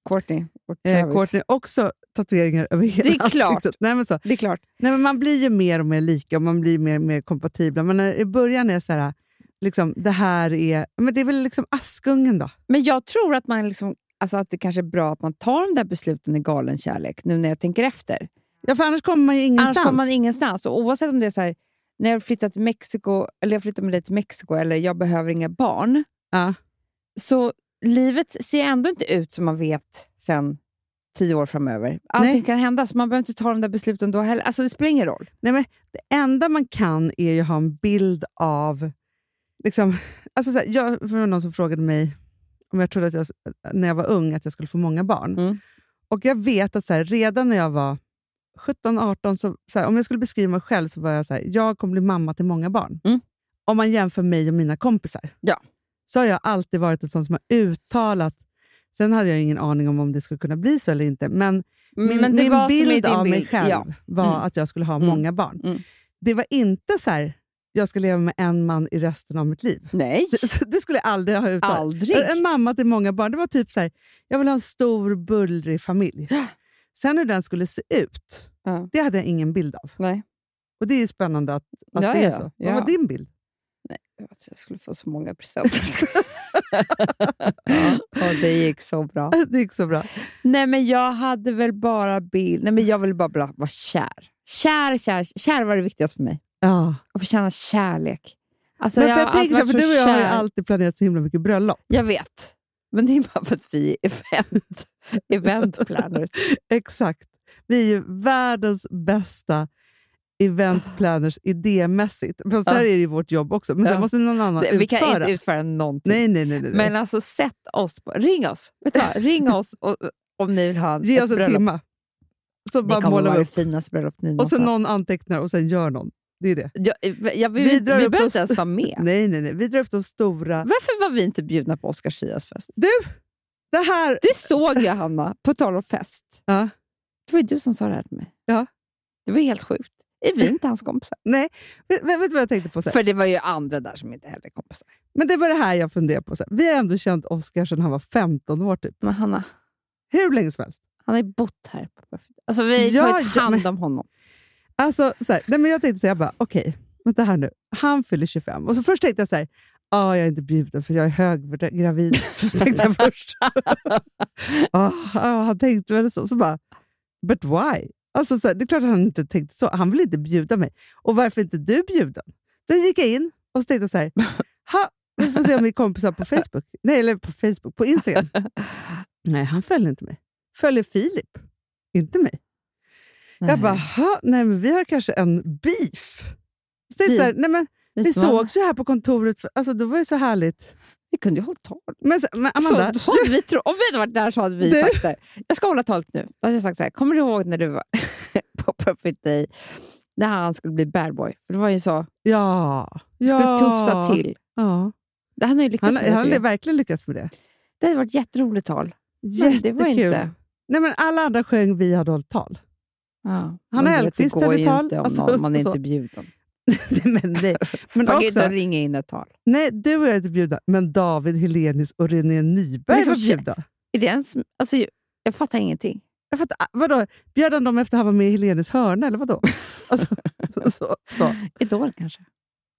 D: Courtney och
C: eh,
D: Travis.
C: Courtney också tatueringar över hela
D: Det är klart.
C: ansiktet. Nej, men så.
D: Det är klart.
C: Nej, men man blir ju mer och mer lika och man blir mer och mer kompatibla. Men när, i början är det så här, liksom, det här är... Men det är väl liksom Askungen då?
D: Men jag tror att, man liksom, alltså att det kanske är bra att man tar de där besluten i galen kärlek nu när jag tänker efter.
C: Ja, för annars kommer man ju ingenstans.
D: Annars kommer man ingenstans. Och oavsett om det är så här, när jag flyttar till Mexiko eller jag flyttar med dig till Mexiko eller jag behöver inga barn.
C: Ja.
D: Så livet ser ju ändå inte ut som man vet sen tio år framöver. Allting
C: Nej.
D: kan hända, så man behöver inte ta de där besluten då heller. Alltså det spelar ingen roll.
C: Nej, men det enda man kan är ju ha en bild av... Liksom, alltså så här, jag, för det var någon som frågade mig om jag trodde att jag, när jag var ung att jag skulle få många barn.
D: Mm.
C: Och jag vet att så här, redan när jag var 17-18, så, så här, om jag skulle beskriva mig själv så var jag så här, jag kommer bli mamma till många barn.
D: Mm.
C: Om man jämför mig och mina kompisar.
D: Ja.
C: Så har jag alltid varit en sån som har uttalat... Sen hade jag ju ingen aning om om det skulle kunna bli så eller inte, men min,
D: Men det
C: min
D: var som i
C: bild
D: din
C: av mig
D: Mm, bild,
C: själv
D: ja.
C: var
D: Mm.
C: att jag skulle ha
D: Mm.
C: många barn.
D: Mm.
C: Det var inte så här, jag ska leva med en man i resten av mitt liv.
D: Nej,
C: Det, så det skulle jag aldrig ha uttalat.
D: aldrig.
C: En mamma till många barn. Det var typ så här, jag vill ha en stor bullrig familj. Sen hur den skulle se ut,
D: Ja.
C: det hade jag ingen bild av.
D: Nej.
C: Och det är ju spännande att, att
D: Ja,
C: det är
D: ja,
C: så.
D: ja.
C: Vad var din bild?
D: Jag vet, Jag skulle få så många presenter. och det gick så bra.
C: Det gick så bra.
D: Nej, men jag hade väl bara bild. Nej, men jag ville bara bla, vara kär. Kär, kär, kär var det viktigaste för mig.
C: Ja.
D: Att få känna kärlek. Alltså,
C: Men för
D: har
C: jag tänker så,
D: alltid
C: här, för
D: varit
C: du och jag har ju
D: kär.
C: alltid planerat så himla mycket bröllop.
D: Jag vet. Men det är bara för att vi är event, event planners.
C: Exakt. Vi är ju världens bästa event
D: Ah.
C: planners idémässigt. Men så här
D: Ja.
C: är det ju vårt jobb också. Men sen
D: Ja.
C: måste någon annan
D: Ah. Vi kan
C: utföra.
D: inte utföra någonting.
C: nej, nej, nej. nej. nej.
D: Men alltså sätt oss på, ring oss. Vet du vad? Ring oss och, om ni vill ha en,
C: Ge oss en
D: bröllop.
C: timme. Så
D: Det
C: bara
D: kommer
C: målar
D: vara
C: vi
D: det
C: upp.
D: finaste bröllop ni
C: Och
D: någonsin
C: sen någon antecknar och sen gör någon. Det är det.
D: Jag, jag, vi vi,
C: Vi
D: vi
C: drar upp
D: behöver
C: oss-
D: inte ens vara med.
C: Nej, nej, nej. Vi drar upp de stora.
D: Varför var vi inte bjudna på Oscar Chias fest?
C: Det här...
D: Det såg jag, Hanna, på tal om fest.
C: Ja.
D: Det var ju du som sa det här till mig.
C: Ja.
D: Det var ju helt sjukt. Är vi inte hans kompisar?
C: Vet, vet du vad jag tänkte på? Så här?
D: För det var ju andra där som inte heller är kompisar.
C: Men det var det här jag funderade på. Så här. Vi har ändå känt Oscar sedan han var 15 år typ.
D: Men Hanna,
C: Hur länge som helst.
D: han har ju bott här. Alltså, vi har ju
C: Ja,
D: tagit
C: ja,
D: hand
C: men-
D: om honom.
C: Alltså, så här, nej, men jag tänkte så här, jag bara, okej, vänta här nu. Han fyller 25. Och så först tänkte jag så här, ah, jag är inte bjuden för jag är höggravid. Så tänkte jag först. ah, ah, han tänkte väl så. Så bara, but why? Alltså, så här, det är klart att han inte tänkte så. Han vill inte bjuda mig. Och varför inte du bjuden? Då gick jag in och så tänkte jag så här, ha, vi får se om vi är kompisar på Facebook. Nej, eller på Facebook, på Instagram. Nej, han följer inte mig. Följer Filip, inte mig. Jag bara, "Ha, nej men vi har kanske en beef. Så det är så här, nej men,
D: vi,
C: vi
D: som var-
C: sågs ju här på kontoret, för, alltså, det var ju så härligt.
D: vi kunde ju hålla tal.
C: Men, så- men Amanda,
D: så, så hade vi tro, om vi hade varit där så hade vi
C: Du-
D: sagt så här, jag ska hålla talet nu. Då hade jag sagt så här, kommer du ihåg när du var på Perfect Day, när han skulle bli bad boy? För det var ju så,
C: ja, ja.
D: skulle tufsa till.
C: Ja.
D: Det- Han har ju lyckats
C: Han,
D: med det. typ.
C: han
D: tycker
C: har
D: jag.
C: verkligen lyckats med det.
D: Det hade varit ett jätteroligt tal. Men det
C: Jättekul.
D: var inte-
C: Nej, men alla andra sjöng Vi hade hållit tal.
D: Ja.
C: Hanna
D: Men du vet,
C: Hellquist
D: Det går
C: hade
D: ju
C: tal.
D: inte om
C: Alltså,
D: någon, man är
C: så.
D: inte bjuden.
C: nej, men nej.
D: Man
C: Men
D: kan ju inte
C: också,
D: ringa in ett tal.
C: nej, du och jag är inte bjudna, men David Helenius och René Nyberg
D: Men så-
C: var bjudna.
D: Är det ens, alltså, jag, jag fattar ingenting.
C: Jag fattar, ah, vadå? Bjöd han dem efter han var med i Helenius hörna, eller vadå? Alltså, så, så.
D: Idol kanske?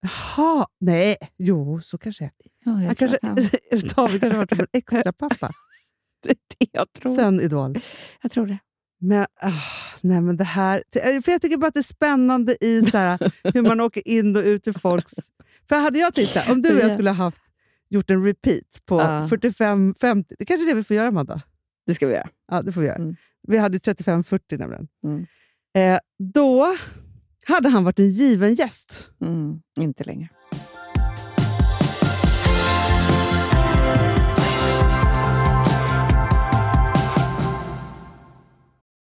C: Jaha, nej, jo, så kanske
D: Ja, jag
C: han
D: tror
C: kanske,
D: att han-
C: David kanske varit som en extra pappa
D: det är det jag tror.
C: sen Idol.
D: Jag tror det.
C: Men, ah, nej, men det här, eh, för jag tycker bara att det är spännande i så här, hur man åker in och ut ur folks... För hade jag tänkt så här, om du och jag
D: Ja.
C: skulle ha haft, gjort en repeat på
D: Ja.
C: 45-50, det kanske är det vi får göra Amanda?
D: Det ska vi göra.
C: Ja, det får vi göra.
D: Mm.
C: Vi hade ju 35-40 nämligen.
D: Mm.
C: Eh, då hade han varit en given gäst.
D: Mm, inte längre.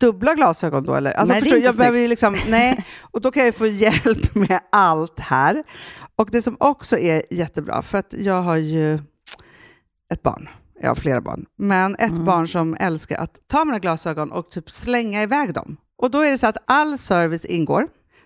C: dubbla glasögon då eller? Alltså,
D: Nej, det är
C: förstår, du,
D: inte
C: jag behöver ju liksom, nej, och då kan jag ju få hjälp med allt här. Och det som också är jättebra, för att jag har ju ett barn. Jag har flera barn. Men ett
D: Mm.
C: barn som älskar att ta mina glasögon och typ slänga iväg dem. Och då är det så att all service ingår,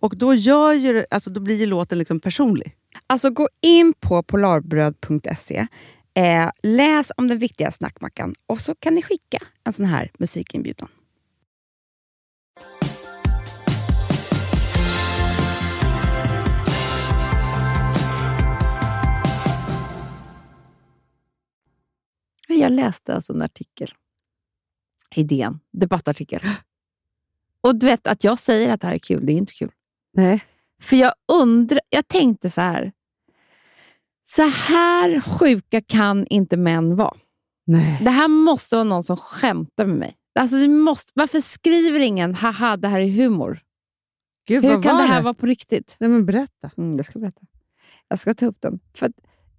C: Och då, gör ju, det- alltså, då blir ju låten liksom personlig.
D: Alltså gå in på polarbröd.se, eh, läs om den viktiga snackmackan och så kan ni skicka en sån här musikinbjudan.
B: Jag läste alltså en artikel. Idén. Debattartikel. Och du vet, att jag säger att det här är kul, det är inte kul.
C: Nej.
D: För jag undrar, jag tänkte så här. Så här sjuka kan inte män vara.
C: Nej.
D: Det här måste vara någon som skämtar med mig. Alltså, det måste, varför skriver ingen haha, det här är humor?
C: Gud,
D: Hur
C: vad
D: kan
C: var
D: det här vara på riktigt?
C: Nej, men berätta.
D: Mm, jag ska berätta. Jag ska ta upp den. För att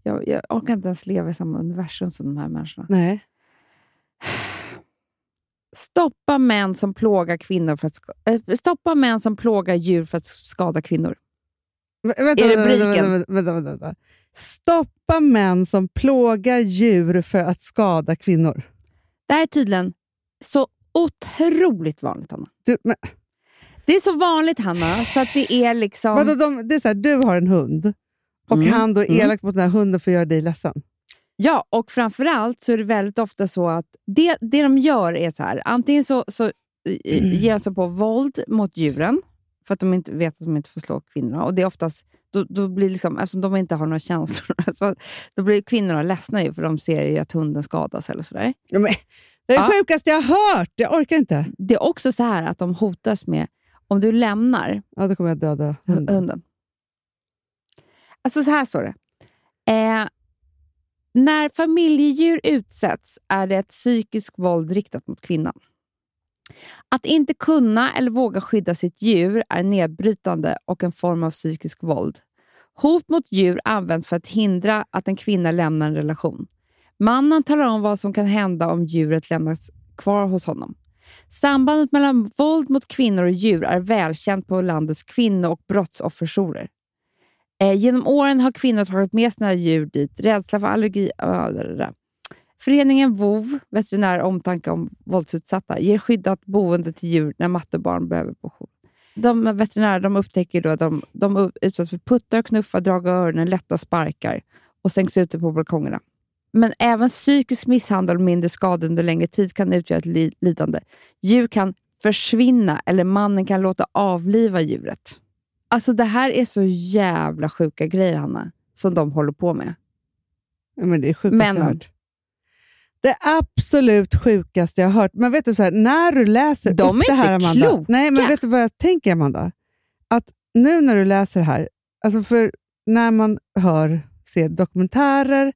D: jag, jag orkar inte ens leva i samma universum som de här människorna.
C: Nej.
D: Stoppa män som plågar, kvinnor för att ska, eh, stoppa män som plågar djur för att skada kvinnor.
C: Vä- Vänta,
D: I
C: vänta,
D: rubriken.
C: Vänta, vänta, vänta, vänta, vänta. Stoppa män som plågar djur för att skada kvinnor.
D: Det här är tydligen så otroligt vanligt, Hanna.
C: Du, men,
D: Det är så vanligt, Hanna, så att det är liksom...
C: vadå, de, det är så här, du har en hund och
D: Mm,
C: han då är
D: mm.
C: elak mot den här hunden för att göra dig ledsen.
D: Ja, och framförallt så är det väldigt ofta så att det, det de gör är så här. Antingen så, så eh, ger de sig på våld mot djuren för att de inte vet att de inte får slå kvinnorna. Och det är oftast, då, då blir liksom, eftersom de inte har några känslor, så att- då blir kvinnorna ledsna ju för de ser ju att hunden skadas eller sådär.
C: Ja, men, det är det
D: Ja.
C: sjukaste jag har hört! Jag orkar inte.
D: Det är också så här att de hotas med om du lämnar
C: Ja, då kommer jag döda
D: hunden.
C: hunden.
D: Alltså så här står det. Eh, när familjedjur utsätts är det ett psykiskt våld riktat mot kvinnan. Att inte kunna eller våga skydda sitt djur är nedbrytande och en form av psykisk våld. Hot mot djur används för att hindra att en kvinna lämnar en relation. Mannen talar om vad som kan hända om djuret lämnas kvar hos honom. Sambandet mellan våld mot kvinnor och djur är välkänt på landets kvinno och brottsofferjourer. Eh, genom åren har kvinnor tagit med sina djur dit. Rädsla för allergi... ah, där, där, där. Föreningen VOV, Veterinär omtanke om våldsutsatta, ger skyddat boende till djur när mattebarn behöver på jour. De veterinärer de upptäcker då att de, de utsätts för puttar, knuffar, drag och öronen, lätta sparkar och sänks ute på balkongerna. Men även psykisk misshandel och mindre skador under längre tid kan utgöra ett li- lidande. Djur kan försvinna eller mannen kan låta avliva djuret. Alltså det här är så jävla sjuka grejer, Hanna, som de håller på med.
C: Ja, men det är det sjukaste jag har
D: Männen.
C: hört. Det absolut sjukaste jag har hört. Men vet du, så här, när du läser
D: De
C: upp
D: är
C: det här,
D: inte
C: Amanda.
D: kloka.
C: Nej, men vet du vad jag tänker, Amanda? Att nu när du läser här, alltså för när man hör, ser dokumentärer,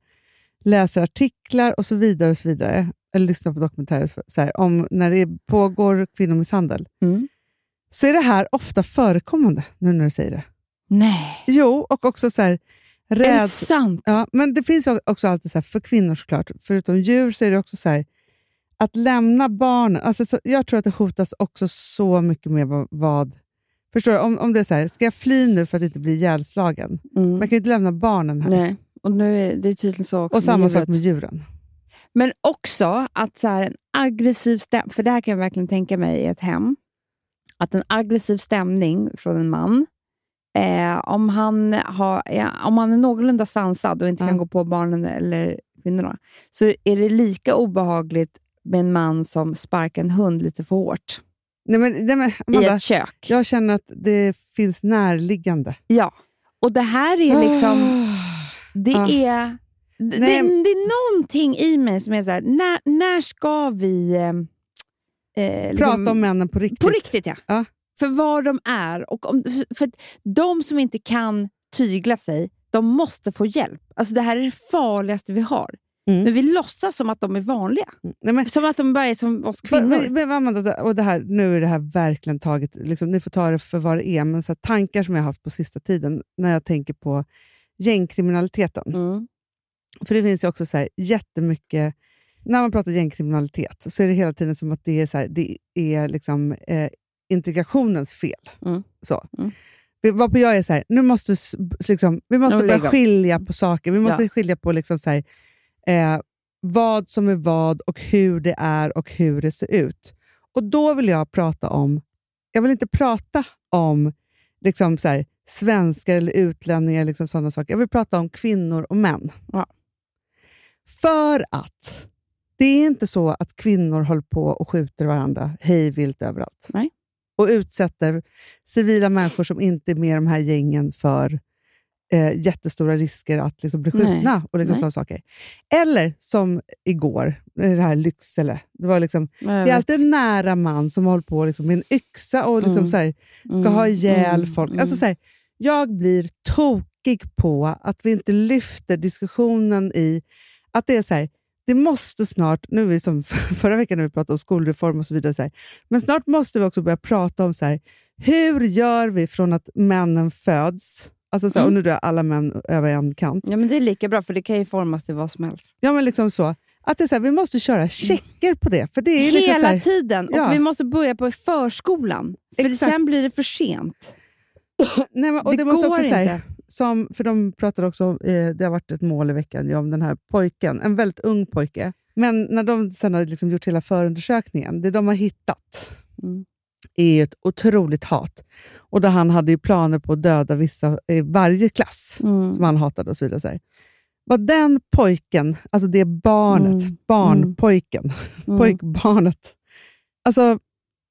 C: läser artiklar och så vidare, och så vidare eller lyssnar på dokumentärer så- så här, om när det pågår kvinnomisshandel,
D: Mm.
C: så är det här ofta förekommande, nu när du säger det.
D: Nej.
C: Jo, och också så här,
D: Är det
C: räds-
D: sant?
C: Ja, men det finns ju också alltid så här, för kvinnor såklart, förutom djur så är det också så här, att lämna barnen. Alltså, så, jag tror att det hotas också så mycket med vad... vad förstår du? Om, om det är så här, ska jag fly nu för att inte bli ihjälslagen? Man kan ju inte lämna barnen här.
D: Mm. Nej. Och nu är det tydligen så också
C: Mm. Och samma
D: med
C: sak
D: djuret.
C: med djuren.
D: Men också att så här, en aggressiv stämning, för det här kan jag verkligen tänka mig i ett hem, att en aggressiv stämning från en man, eh, om, han har, ja, om han är någorlunda sansad och inte
C: Ja.
D: kan gå på barnen eller kvinnorna, så är det lika obehagligt med en man som sparkar en hund lite för hårt
C: Nej, men, nej, men,
D: i
C: Amanda,
D: ett kök.
C: jag känner att det finns närliggande.
D: Ja. Och det här är liksom, det
C: Ah.
D: är... Det, det,
C: Nej.
D: det är någonting i mig som är så här, när, när ska vi... Eh, eh, liksom-
C: Prata om männen på riktigt.
D: På riktigt, ja.
C: Typ. Ja.
D: För vad de är. Och om, för att de som inte kan tygla sig, de måste få hjälp. Alltså Det här är det farligaste vi har.
C: Mm.
D: Men vi låtsas som att de är vanliga.
C: Nej, men,
D: Som att de bara är som oss kvinnor.
C: Men, men, Amanda, och det här, nu är det här verkligen taget, liksom, ni får ta det för vad det är, men så här, tankar som jag har haft på sista tiden när jag tänker på gängkriminaliteten.
D: Mm.
C: För det finns ju också så här, jättemycket, när man pratar gängkriminalitet så är det hela tiden som att det är, så här, det är liksom, eh, integrationens fel.
D: Mm.
C: Så.
D: Mm.
C: Vi- Varpå jag är så här, nu måste vi, s- liksom, vi måste
D: Nu
C: börja
D: lägger om.
C: skilja på saker. Vi måste
D: Ja.
C: skilja på liksom så här, eh, vad som är vad och hur det är och hur det ser ut. Och då vill jag prata om, jag vill inte prata om liksom så här, svenskar eller utlänningar, liksom sådana saker. Jag vill prata om kvinnor och män.
D: Ja.
C: För att det är inte så att kvinnor håller på och skjuter varandra hej vilt överallt.
D: Nej.
C: Och utsätter civila människor som inte är med i de här gängen för eh, jättestora risker att liksom bli
D: Nej.
C: skjutna och liksom
D: Nej.
C: sådana saker. Eller som igår, det här Lycksele. Det, var liksom, det är alltid en nära man som håller på liksom med en yxa och liksom
D: Mm.
C: så här, ska ha ihjäl folk. Alltså, så här, jag blir tokig på att vi inte lyfter diskussionen i att det är så här, det måste snart, nu är vi som förra veckan när vi pratade om skolreform och så vidare, så här, men snart måste vi också börja prata om så här, hur gör vi från att männen föds, alltså så här, och nu drar jag alla män över en kant,
D: Ja, men det är lika bra, för det kan ju formas till vad som helst.
C: ja, men liksom så, att det är så här, vi måste köra checker på det. För det är liksom så
D: Hela
C: här,
D: tiden! Och
C: ja.
D: vi måste börja på förskolan, för
C: Exakt.
D: sen blir det för sent.
C: Nej, men, och det,
D: Det
C: måste också,
D: går
C: så här,
D: inte.
C: som, för de pratade också om, eh, det har varit ett mål i veckan ja, om den här pojken, en väldigt ung pojke. Men när de sen har liksom gjort hela förundersökningen, det de har hittat
D: Mm.
C: är ju ett otroligt hat. Och där han hade ju planer på att döda vissa i varje klass
D: Mm.
C: som han hatade och så vidare. Så här. Vad den pojken, alltså det barnet,
D: Mm.
C: barnpojken,
D: Mm.
C: pojkbarnet, alltså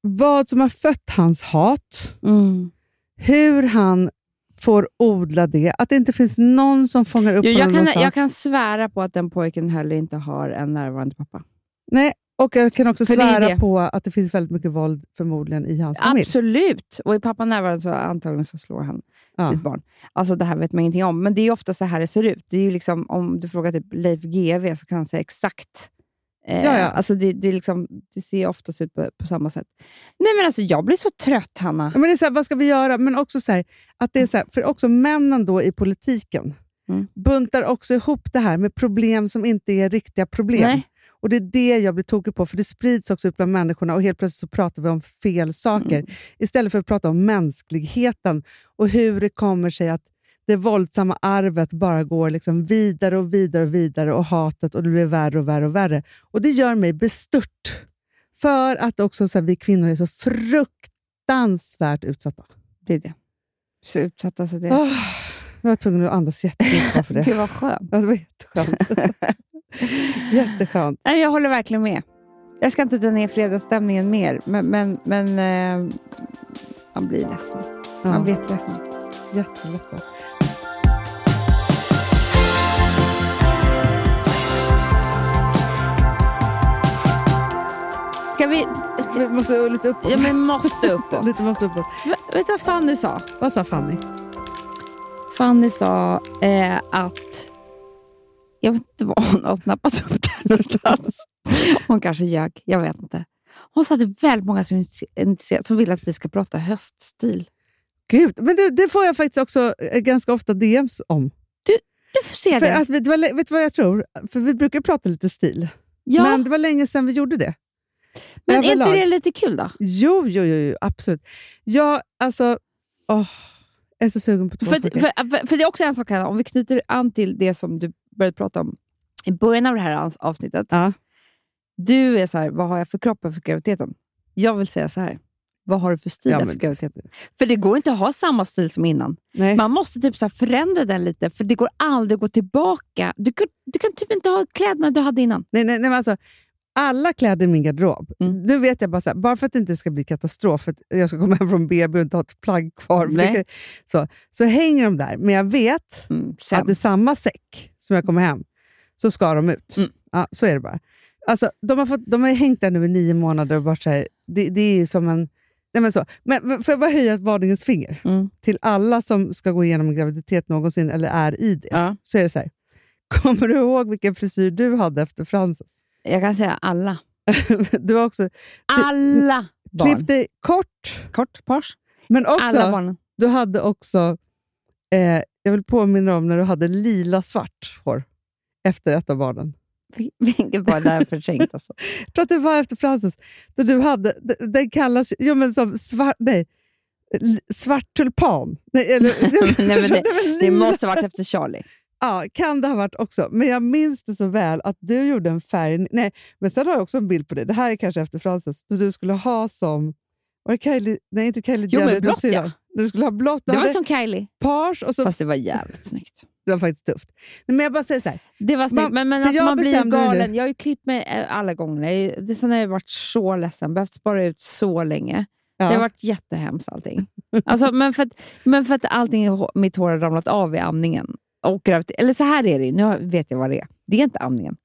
C: vad som har fött hans hat,
D: Mm.
C: hur han får odla det, att det inte finns någon som fångar upp
D: Jo, jag,
C: honom
D: kan,
C: någonstans.
D: jag kan svära på att den pojken heller inte har en närvarande pappa.
C: Nej, och jag kan också
D: För det är
C: svära
D: det.
C: på att det finns väldigt mycket våld förmodligen i hans familj.
D: Absolut! Och är pappan närvarande så antagligen så slår han
C: Ja.
D: sitt barn. Alltså Det här vet man ingenting om, men det är ofta så här det ser ut. Det är ju liksom, om du frågar typ Leif GW så kan han säga exakt. Eh,
C: Ja, ja.
D: Alltså det, det, är liksom, det ser oftast ut på, på samma sätt. Nej men alltså Jag blir så trött, Hanna.
C: Ja, Men det är så här, vad ska vi göra? Men också så här, att det är så här, för också männen då i politiken
D: Mm.
C: buntar också ihop det här med problem som inte är riktiga problem.
D: Nej.
C: Och Det är det jag blir tokig på, för det sprids också ut bland människorna och helt plötsligt så pratar vi om fel saker.
D: Mm.
C: Istället för att prata om mänskligheten och hur det kommer sig att det våldsamma arvet bara går liksom vidare och vidare och vidare och hatet och det blir värre och värre och värre. Och Det gör mig bestört. För att också så här, vi kvinnor är så fruktansvärt utsatta.
D: Det är det. Så utsatta så det
C: Ah, jag var tvungen att andas jättemycket bara för det.
D: Gud vad skönt.
C: Ja, Alltså, Det var jätteskönt. jätteskönt.
D: Nej, jag håller verkligen med. Jag ska inte dra ner fredagsstämningen mer, men, men, men eh, man blir ledsen. Man
C: Ja,
D: blir jätteledsen.
C: jätteledsen.
D: Ska vi...
C: Vi måste lite uppåt.
D: Ja, men måste uppåt.
C: Lite måste uppåt.
D: Vet- Vet du vad Fanny sa?
C: Vad sa Fanny?
D: Fanny sa eh, att... Jag vet inte var hon har snappat upp det här någonstans. Hon kanske ljög, jag vet inte. Hon sa att det är väldigt många som är intresserade, som vill att vi ska prata höststil.
C: Gud, men det, det får jag faktiskt också eh, ganska ofta DMs om.
D: Du får se
C: För
D: det.
C: att, vet, du vad, lä- vet du vad jag tror? För Vi brukar prata lite stil,
D: ja,
C: men
D: men
C: det var länge sedan vi gjorde det.
D: är inte
C: överlag-
D: det lite kul då?
C: Jo, jo, jo, jo absolut. Jag alltså, åh, jag är så sugen på två
D: För, att-
C: saker.
D: för, för, för det är också en sak, Hanna, om vi knyter an till det som du började prata om i början av det här ans- avsnittet.
C: Ja.
D: Du är så här, vad har jag för kropp inför graviditeten? Jag vill säga så här, vad har du för stil
C: Ja,
D: efter
C: men- Eh.
D: graviditeten? För det går inte att ha samma stil som innan.
C: Nej.
D: Man måste typ så här förändra den lite, för det går aldrig att gå tillbaka. Du kan, du kan typ inte ha kläderna du hade innan.
C: Nej, nej, nej, men alltså, alla kläder i min garderob.
D: Mm.
C: Nu vet jag bara, så här, bara för att det inte ska bli katastrof, för att jag ska komma hem från BB och inte ha ett plagg kvar, för det
D: Nej.
C: kan, så, så hänger de där. Men jag vet
D: Mm,
C: att det är samma säck som jag kommer hem, så ska de ut.
D: Mm.
C: Ja, så är det bara. Alltså, de, har fått, de har ju hängt där nu i nio månader och varit så här, det, det är ju som en... Nej men så. Men men får jag bara höja ett varningens finger
D: Mm.
C: till alla som ska gå igenom en graviditet någonsin eller är i det?
D: Ja.
C: Så är det så här, Kommer du ihåg vilken frisyr du hade efter Frances?
D: Jag kan säga alla.
C: Du har också
D: Alla barn.
C: klippt dig kort,
D: Kort pars.
C: men
D: Alla
C: också,
D: barn.
C: du hade också... Eh, jag vill påminna om när du hade lila-svart hår efter ett av barnen.
D: Vil- Vilket barn det här är förträngt alltså.
C: Jag tror att det var efter Frances. Då du hade, d- den kallas jo, men som svart, nej, l- svart tulpan. Nej, eller,
D: men
C: det, var
D: Det
C: lila.
D: måste varit efter Charlie.
C: Ja, kan det ha varit också. Men jag minns det så väl att du gjorde en färg... Nej, men sen har jag också en bild på dig. Det här är kanske efter Frances. Då du skulle ha som... Var det Kylie? Nej, inte Kylie
D: Jo, men
C: Jenner, utan
D: blått,
C: syrran.
D: ja.
C: När du skulle ha blått. Du
D: Det var
C: hade
D: som Kylie,
C: page och så...
D: fast det var jävligt snyggt.
C: Det var faktiskt tufft. Nej, men jag bara säger så här.
D: Det var snyggt,
C: Man-
D: men, men
C: för
D: alltså
C: jag
D: man blir ju
C: bestämde ju nu.
D: galen. Jag har ju klippt mig eh, alla gånger. Jag är- Det, sen har jag varit så ledsen, behövt spara ut så länge.
C: Ja.
D: Det har varit jättehemskt allting. Alltså, men, för att, men för att allting, i hå- mitt hår har ramlat av i amningen. Och gravid, eller så här är det ju, nu har- vet jag vad det är. Det är inte amningen.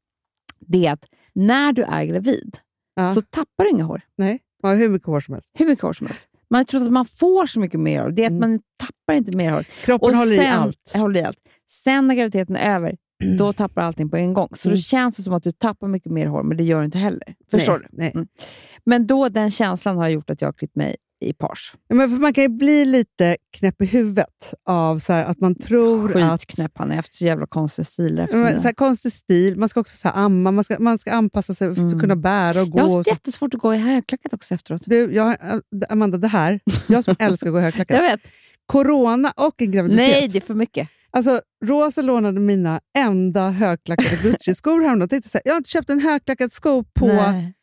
D: Det är att när du är gravid
C: Ja.
D: så tappar du inga hår.
C: Nej, man har hur mycket hår som helst.
D: Hur mycket hår som helst. Man har trott att man får så mycket mer hår. Det är att
C: Mm.
D: man tappar inte mer hår.
C: Kroppen håller i allt.
D: Jag håller i allt. Sen när graviditeten är över, då tappar allting på en gång. Så
C: Mm.
D: då känns det som att du tappar mycket mer hår, men det gör du inte heller. Förstår
C: nej,
D: du?
C: Nej.
D: Mm. Men då den känslan har gjort att jag har klippt mig i pars.
C: Ja, Men för man kan ju bli lite knäpp i huvudet av så här, att man tror att...
D: Skitknäpp han är efter så jävla konstiga stilar. efter
C: Ja, men
D: mina.
C: Så här, konstig stil, man ska också så här, amma, man ska, man ska anpassa sig för
D: Mm.
C: att kunna bära och gå.
D: jag har
C: och
D: haft
C: så.
D: jättesvårt att gå i högklackat också efteråt.
C: Du, jag, äh, Amanda, det här, jag som älskar att gå i
D: Jag
C: högklackat.
D: vet.
C: Corona och en graviditet.
D: Nej, det är för mycket.
C: Alltså, Rosa lånade mina enda högklackade Gucci-skor häromdagen. Jag tänkte så här, Jag har inte köpt en högklackad sko på
D: Nej.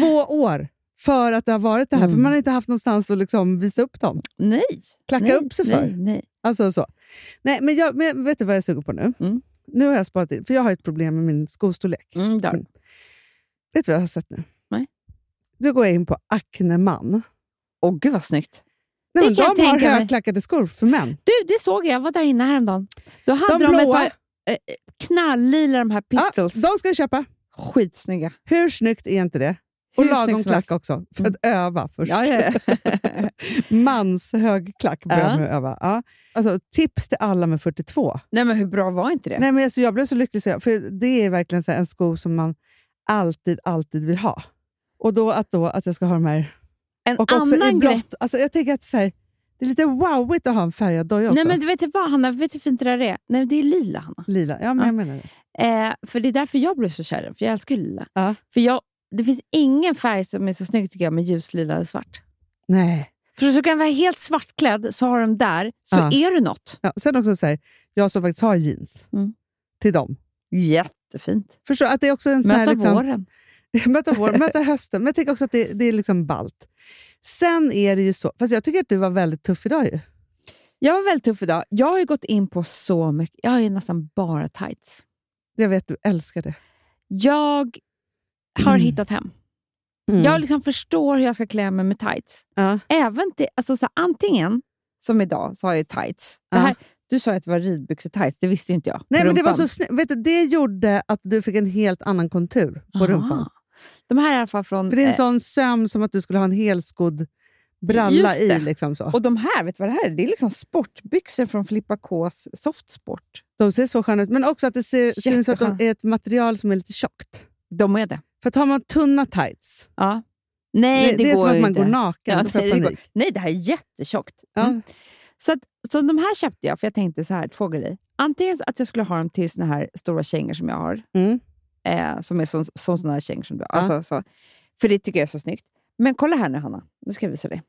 C: två år för att det har varit det här. För
D: Mm.
C: man har inte haft någonstans att liksom visa upp dem.
D: Nej.
C: Klacka
D: nej,
C: upp sig för.
D: Nej, nej.
C: Alltså så. Nej, men, jag, men vet du vad jag är sugen på nu?
D: Mm.
C: Nu har jag sparat in, för jag har ett problem med min skostorlek.
D: Mm, där.
C: Vet du vad jag har sett nu?
D: Nej.
C: Nu går jag in på Acne Man.
D: Åh, gud vad snyggt.
C: Nej,
D: Det
C: men de
D: kan jag
C: har
D: tänka mig.
C: högklackade skor för män.
D: Du, det såg jag. Jag var där inne häromdagen. Då hade de, ett
C: blåa.
D: par eh, knallila, de här
C: Ja,
D: pistols.
C: de ska jag köpa.
D: Skitsnygga.
C: Hur snyggt är inte det? Och
D: Hur
C: lagom
D: snyggt som
C: klack
D: helst. Mm.
C: också, för att öva först.
D: Ja, ja, ja.
C: Mans högklack börjar
D: Ja.
C: med att öva. Ja. Alltså, tips till alla med 42.
D: Nej, men hur bra var inte det?
C: Nej, men alltså, jag blev så lycklig, så jag, för det är verkligen så här en sko som man alltid, alltid vill ha. Och då att, då, att jag ska ha de här...
D: en
C: Och också i
D: annan grej.
C: blått. Alltså, jag tänker att så här, det är lite wowigt att ha en färgad doja också.
D: Nej, men du vet du vad, Hanna? Vet du hur fint det där är? Nej, det är lila, Hanna.
C: Lila. Ja, men
D: Ja.
C: jag menar det.
D: Eh, för det är därför jag blev så kär i den, för jag älskar ju lila.
C: Ja.
D: För jag, det finns ingen färg som är så snygg tycker jag med ljuslila eller svart.
C: Nej.
D: För så kan du vara helt svartklädd, så har de där, så
C: Ja.
D: är du något.
C: Ja, sen också så här, jag som faktiskt har jeans
D: Mm.
C: till dem.
D: Jättefint.
C: Förstår att det är också en så här,
D: Möta
C: liksom,
D: våren.
C: möta vår, möta hösten. Men jag tänker också att det, det är liksom balt. Sen är det ju så, fast jag tycker att du var väldigt tuff idag ju.
D: Jag var väldigt tuff idag. Jag har ju gått in på så mycket. Jag har ju nästan bara tights.
C: Jag vet du älskar det.
D: Jag har
C: Mm.
D: hittat hem. Jag liksom förstår hur jag ska klä mig med tights.
C: Ja.
D: Även till, alltså så här, antingen, som idag, så har jag ju tights. Det
C: Ja.
D: här, du sa ju att det var ridbyxor-tights, det visste ju inte jag. på
C: Nej, men det, var
D: rumpan.
C: så snyggt. vet du, det gjorde att du fick en helt annan kontur på
D: Aha.
C: rumpan.
D: Ah. De här är i alla fall från...
C: För det är en
D: eh,
C: sån söm som att du skulle ha en helskodd bralla
D: Just det.
C: i. Liksom så.
D: och de här, vet du vad det här är? Det är liksom sportbyxor från Filippa Ks Softsport.
C: De ser så sköna ut, men också att det ser, syns att de
D: Jättesköna.
C: är ett material som är lite tjockt.
D: De är det.
C: För att har man tunna tights,
D: Ja. Nej, det,
C: det, är
D: går
C: som att
D: ju
C: man
D: inte.
C: går naken.
D: Ja,
C: Då får jag
D: nej, det går-
C: panik.
D: Nej, det här är jättetjockt.
C: Ja.
D: Mm. Så, att, så de här köpte jag för jag tänkte så här, två grejer. Antingen att jag skulle ha dem till såna här stora kängor som jag har.
C: Mm.
D: Eh, som är som, som såna här kängor som du har.
C: Ja.
D: Alltså, så. För det tycker jag är så snyggt. Men kolla här nu Hanna, nu ska jag visa dig.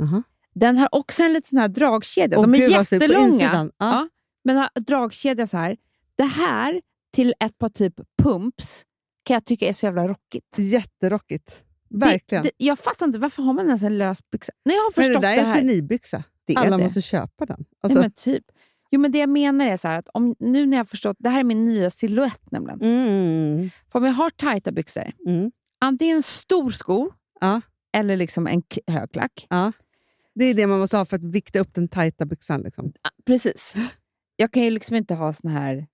C: Aha.
D: Den har också en liten sån här dragkedja.
C: Åh,
D: de är
C: gud, vad snyggt på
D: jättelånga.
C: insidan. Ja.
D: Ja. Men har dragkedja så här. Det här till ett par typ pumps kan jag tycka är så jävla rockigt.
C: Jätterockigt. Verkligen.
D: Det, det, jag fattar inte, varför har man ens en lös byxa? Nej, jag har
C: men
D: förstått
C: det
D: det,
C: där är en
D: här.
C: genibyxa.
D: Det är
C: Alla
D: det.
C: måste köpa den.
D: Nej,
C: Alltså,
D: men typ. Jo, men det jag menar är så här att om, nu när jag har förstått, det här är min nya silhuett nämligen.
C: mm,
D: För om jag har tajta byxor,
C: Mm.
D: antingen en stor sko
C: Ja.
D: eller liksom en k- högklack.
C: det är det man måste ha för att vikta upp den tajta byxan. Liksom.
D: Ah, Precis. Jag kan ju liksom inte ha såna här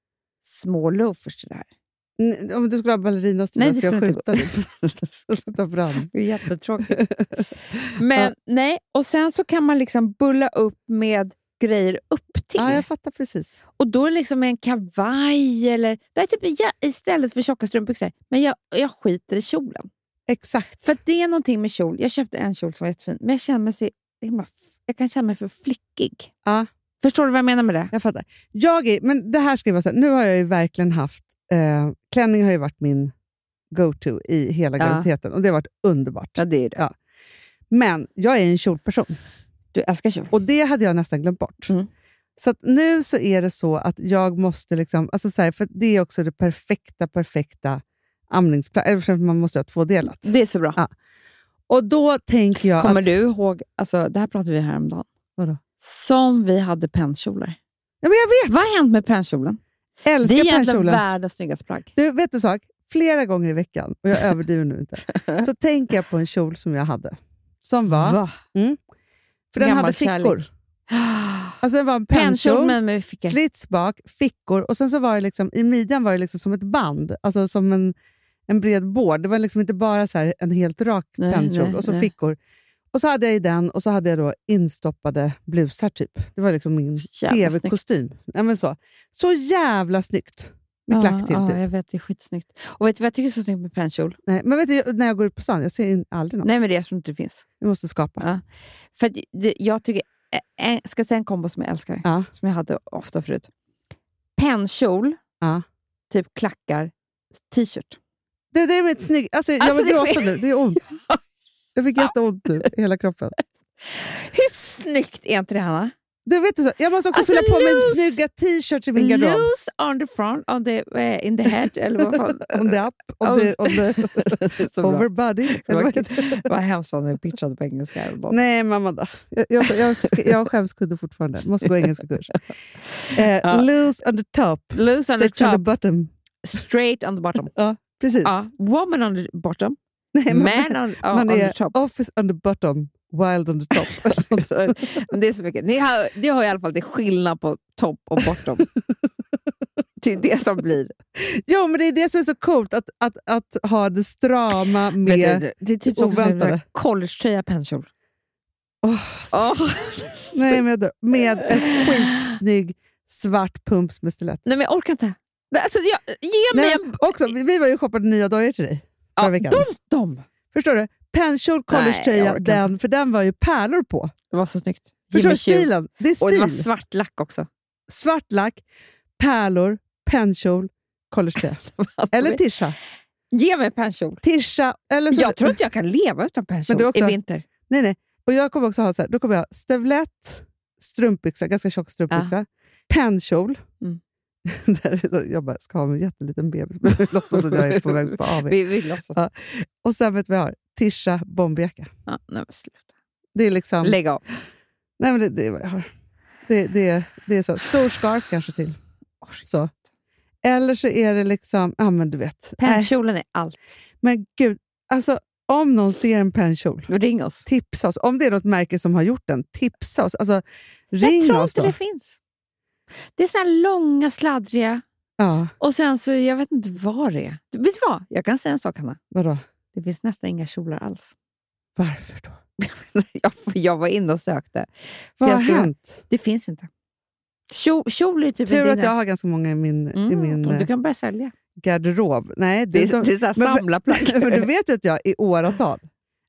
D: små loafers till det här.
C: N- Om du skulle ha ballerinastil,
D: Nej,
C: då
D: det
C: ska jag
D: skulle inte
C: skjuta
D: gå.
C: dig. Jag ska ta fram.
D: Det är jättetråkigt. Men nej, och sen så kan man liksom bulla upp med grejer upp till.
C: Ja, jag fattar precis.
D: Och då liksom en kavaj eller... Det är typ ja, istället för tjocka strumpbyxor. Men jag, jag skiter i kjolen.
C: Exakt.
D: För att det är någonting med kjol. Jag köpte en kjol som var jättefin, men jag känner mig så himla, f- jag kan känna mig för flickig.
C: Ja.
D: Förstår du vad jag menar med det?
C: Jag fattar. Jag är, men det här ska jag vara så här, nu har jag ju verkligen haft... Eh, klänning har ju varit min go-to i hela
D: Ja.
C: graviditeten och det har varit underbart.
D: det är det.
C: Men jag är en kjolperson.
D: Du älskar kjol.
C: Och det hade jag nästan glömt bort.
D: Mm.
C: Så att nu så är det så att jag måste... liksom... Alltså så här, för Det är också det perfekta, perfekta amningsplagget. Man måste ha tvådelat.
D: Det är så bra.
C: Ja, Och då tänker jag
D: Kommer
C: att...
D: du ihåg, alltså, det här pratade vi häromdagen,
C: Vadå?
D: som vi hade pennkjolar.
C: Ja, men jag vet!
D: Vad har hänt med pennkjolen? Det
C: Älskar
D: är egentligen
C: pennkjolen.
D: världens snyggaste plagg.
C: Du, vet du sak? Flera gånger i veckan, och jag överdriver nu inte, så tänker jag på en kjol som jag hade. Som var... För den
D: Gammal
C: hade fickor.
D: kärlek.
C: Alltså den var en
D: Pennkjol
C: pennkjol,
D: men med fickor.
C: slits bak, fickor och sen så var det liksom, i midjan var det liksom som ett band, alltså som en, en bred bård. Det var liksom inte bara så här en helt rak
D: Nej,
C: pennkjol
D: nej,
C: och så
D: nej.
C: fickor. Och så hade jag ju den och så hade jag då instoppade blusar typ. Det var liksom min
D: Jävla snyggt.
C: tv-kostym. Ja, men så. så jävla snyggt! Med klack till.
D: Ja,
C: typ.
D: ja, jag vet. Det är skitsnyggt. Och vet du vad jag tycker är så snyggt med pennkjol?
C: Nej, men vet du, jag- när jag går ut på stan, jag ser in, aldrig någon.
D: Nej, men det är som inte det finns.
C: Vi måste skapa.
D: Ja. För att det, jag tycker, eh, eh, ska säga en kombo som jag älskar,
C: Ja.
D: som jag hade ofta förut. Pennkjol,
C: Ja.
D: typ klackar, t-shirt.
C: Det, det är mitt snygg... Alltså, jag
D: Alltså,
C: vill
D: det-
C: gråta nu, det är ont. Jag fick jätteont nu, i hela kroppen.
D: Hur snyggt är inte det, Hanna?
C: Du vet du så, jag måste också
D: Alltså,
C: fylla på
D: loose-
C: med snygga t-shirts i min garderob.
D: Loose on the front, on the, eh, in the head, eller vad fan.
C: On the up, on the, on the
D: Så bra.
C: overbody. Eller vad heter det?
D: Vad hemskt om vi pitchade på engelska. häromdagen.
C: Nej, mamma då. Jag, jag, jag, sk- jag skäms kudde fortfarande. Måste gå engelska kurs. Eh,
D: Ja.
C: Loose on the top,
D: Loose on the
C: sex on the
D: top,
C: bottom.
D: straight on the bottom.
C: Ja, precis.
D: Ja, woman on the bottom,
C: Nej, man,
D: man on, on,
C: man
D: on
C: är
D: the top.
C: office on the bottom, wild on the top.
D: Men det är så mycket. Ni har, ni har i alla fall det skillnad på topp och bortom. Det är det som blir.
C: jo, men det är det som är så coolt, att, att, att ha det strama
D: Men
C: med...
D: det, det är typ som
C: oväntade.
D: en collegetröja, pennkjol.
C: Åh, nej, men jag dör. med en skitsnygg svart pumps med stilett.
D: Nej, men jag orkar inte. Men Alltså, jag, ge mig
C: Nej,
D: en...
C: men också, vi, vi var ju och shoppade nya dojor till dig förra veckan.
D: de, de.
C: Förstår du? Pennkjol,
D: Nej, jag
C: collegetröja,
D: orkar
C: den, för den var ju pärlor på.
D: Det var så snyggt.
C: Förstår du
D: Jimmy Choo.
C: stilen? Det är
D: Och det var
C: stil.
D: svart lack också.
C: Svart lack, pärlor, pennkjol, collegetröja. eller typ- tisha.
D: Ge mig en pennkjol.
C: Tisha, eller så.
D: Jag tror inte jag kan leva utan
C: Men du
D: pennkjol i
C: också-
D: vinter.
C: Nej, nej. Och jag kommer också ha så här, då kommer jag ha stövlett, strumpbyxa, ganska tjock strumpbyxa, pennkjol.
D: Mm.
C: Där jag bara ska ha en jätteliten bebis, men jag låtsas att jag är på väg på AW.
D: Vi, vi låtsas.
C: Ja. Och sen vet du vad jag har? Tisha, bomberjacka.
D: Ja, nej, men sluta.
C: Det är liksom...
D: Lägg av.
C: Nej, men det, det är vad jag har. Det, det, det är så. Stor scarf kanske till. Så. Eller så är det liksom, ja men du vet. Nej,
D: Pennkjolen är allt.
C: men gud, alltså om någon ser en pennkjol,
D: Ring oss.
C: tipsa oss. Om det är något märke som har gjort den, tipsa oss. Alltså, ring
D: jag tror
C: oss
D: inte
C: då.
D: det finns. Det är sådana långa, sladdriga
C: Ja,
D: och sen så, jag vet inte vad det är. Vet du vad? Jag kan säga en sak, Hanna.
C: vadå?
D: Det finns nästan inga kjolar alls.
C: Varför då?
D: jag, jag var inne och sökte. För
C: Vad
D: jag
C: har
D: skulle-
C: hänt?
D: Det finns inte. Kjol, kjol är typ
C: Tur
D: en
C: att jag
D: dina-
C: har ganska många i min, i
D: Mm,
C: min
D: och Du
C: eh,
D: kan börja sälja.
C: garderob. Nej,
D: Det
C: du,
D: är, det är så här
C: men-
D: samlarplagg.
C: men du vet ju att jag i åratal,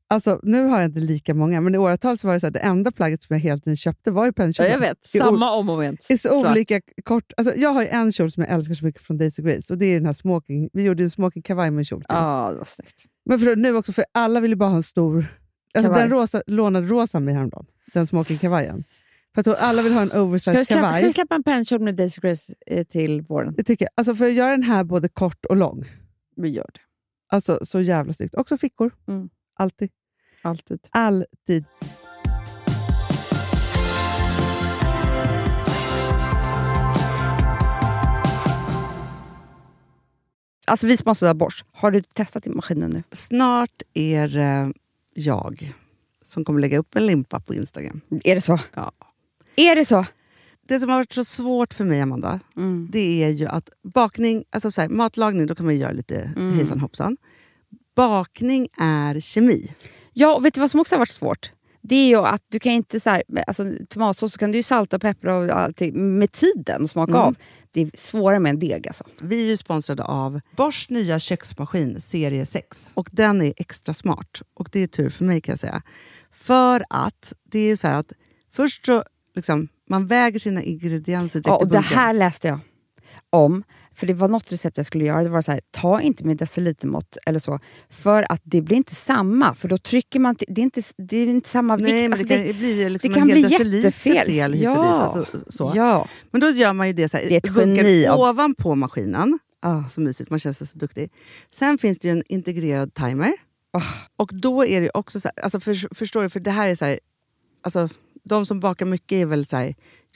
C: alltså nu har jag inte lika många, men i åratal så var det så här, det enda plagget som jag hela tiden köpte var ju
D: ja,
C: pennkjolen.
D: jag vet.
C: Det är
D: Samma om och men.
C: I så
D: Svart.
C: olika kort. Alltså, jag har ju en kjol som jag älskar så mycket från Daisy Grace och det är den här smoking. Vi gjorde ju en smoking kavaj med en kjol till.
D: Ja, det var snyggt.
C: Men för nu också, för alla vill ju bara ha en stor... Alltså,
D: Kavaj.
C: den rosa, lånade Rosa mig häromdagen, den smoking kavajen. För jag tror alla vill ha en
D: Ska vi,
C: oversized
D: släppa, ska vi
C: kavaj.
D: släppa en pennkjol med Daisy Grace eh, till våren?
C: Det tycker jag. Alltså, för jag gör den här både kort och lång.
D: Vi gör det.
C: Alltså så jävla snyggt. Också fickor.
D: Mm.
C: Alltid.
D: Alltid.
C: Alltid.
D: Alltså vi som har sådär borst, har du testat i maskinen nu?
E: Snart är eh, jag som kommer lägga upp en limpa på Instagram.
D: Är det så?
E: Ja.
D: Är det så?
E: Det som har varit så svårt för mig, Amanda,
D: Mm.
E: det är ju att bakning... Alltså så här, matlagning, då kan man ju göra lite hejsan hoppsan. Bakning är kemi.
D: Ja, och vet du vad som också har varit svårt? det är ju att du kan inte så här, alltså, tomatsås så kan du ju salta och peppra och allting med tiden och smaka av. Det är svårare med en deg alltså.
C: Vi är ju sponsrade av Bors nya köksmaskin serie 6. Och den är extra smart. Och det är tur för mig kan jag säga. För att det är så här att först så liksom, man väger sina ingredienser direkt
D: Ja, och
C: i
D: det
C: bunken.
D: här läste jag om. För det var något recept jag skulle göra. Det var så här, ta inte med decilitermått eller så. För att det blir inte samma. För då trycker man... till- Det är inte, det är inte samma
C: Nej, men
D: vikt. Alltså,
C: det kan ju bli liksom
D: kan
C: en hel
D: bli
C: deciliter
D: jättefel.
C: fel hit och dit.
D: Ja.
C: Alltså, så.
D: Ja.
C: Men då gör man ju det så här,
D: Det är ett
C: i bunken
D: geni av-
C: ovanpå maskinen.
D: Ah.
C: Så mysigt, man känns så duktig. Sen finns det ju en integrerad timer.
D: Ah.
C: Och då är det ju också så här, alltså för, förstår du, för det här är så här, alltså de som bakar mycket är väl så här,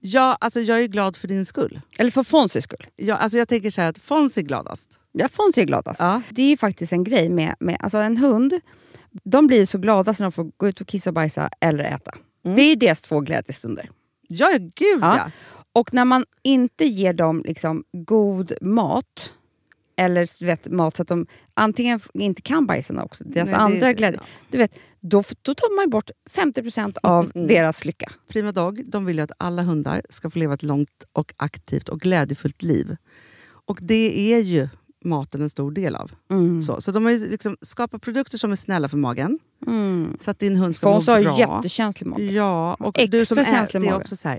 C: Ja, alltså jag är glad för din skull.
D: Eller för Fonzys skull.
C: Jag, alltså jag tänker så här att Fons är gladast.
D: Ja, Fonzie är gladast.
C: Ja.
D: Det är ju faktiskt en grej med, med alltså en hund. De blir så glada när de får gå ut och kissa och bajsa eller äta. Det är ju deras två glädjestunder.
C: Ja, gud
D: Ja.
C: Mm. ja.
D: Och när man inte ger dem liksom god mat, eller du vet, mat så att de antingen f- inte kan bajsa också, deras
C: Nej,
D: alltså
C: det-
D: andra
C: det-
D: glädje,
C: ja.
D: du vet, då, f- då tar man ju bort 50% av
C: Mm.
D: deras lycka.
C: Prima Dog de vill ju att alla hundar ska få leva ett långt och aktivt och glädjefullt liv. Och det är ju maten en stor del av.
D: Mm.
C: Så, så de har ju liksom skapat produkter som är snälla för magen. Så att din hund ska
D: Fons
C: må
D: Mm. har
C: bra.
D: ju jättekänslig mage.
C: Ja, och
D: Extra
C: du som
D: känslig
C: är, det är
D: mage.
C: också så här,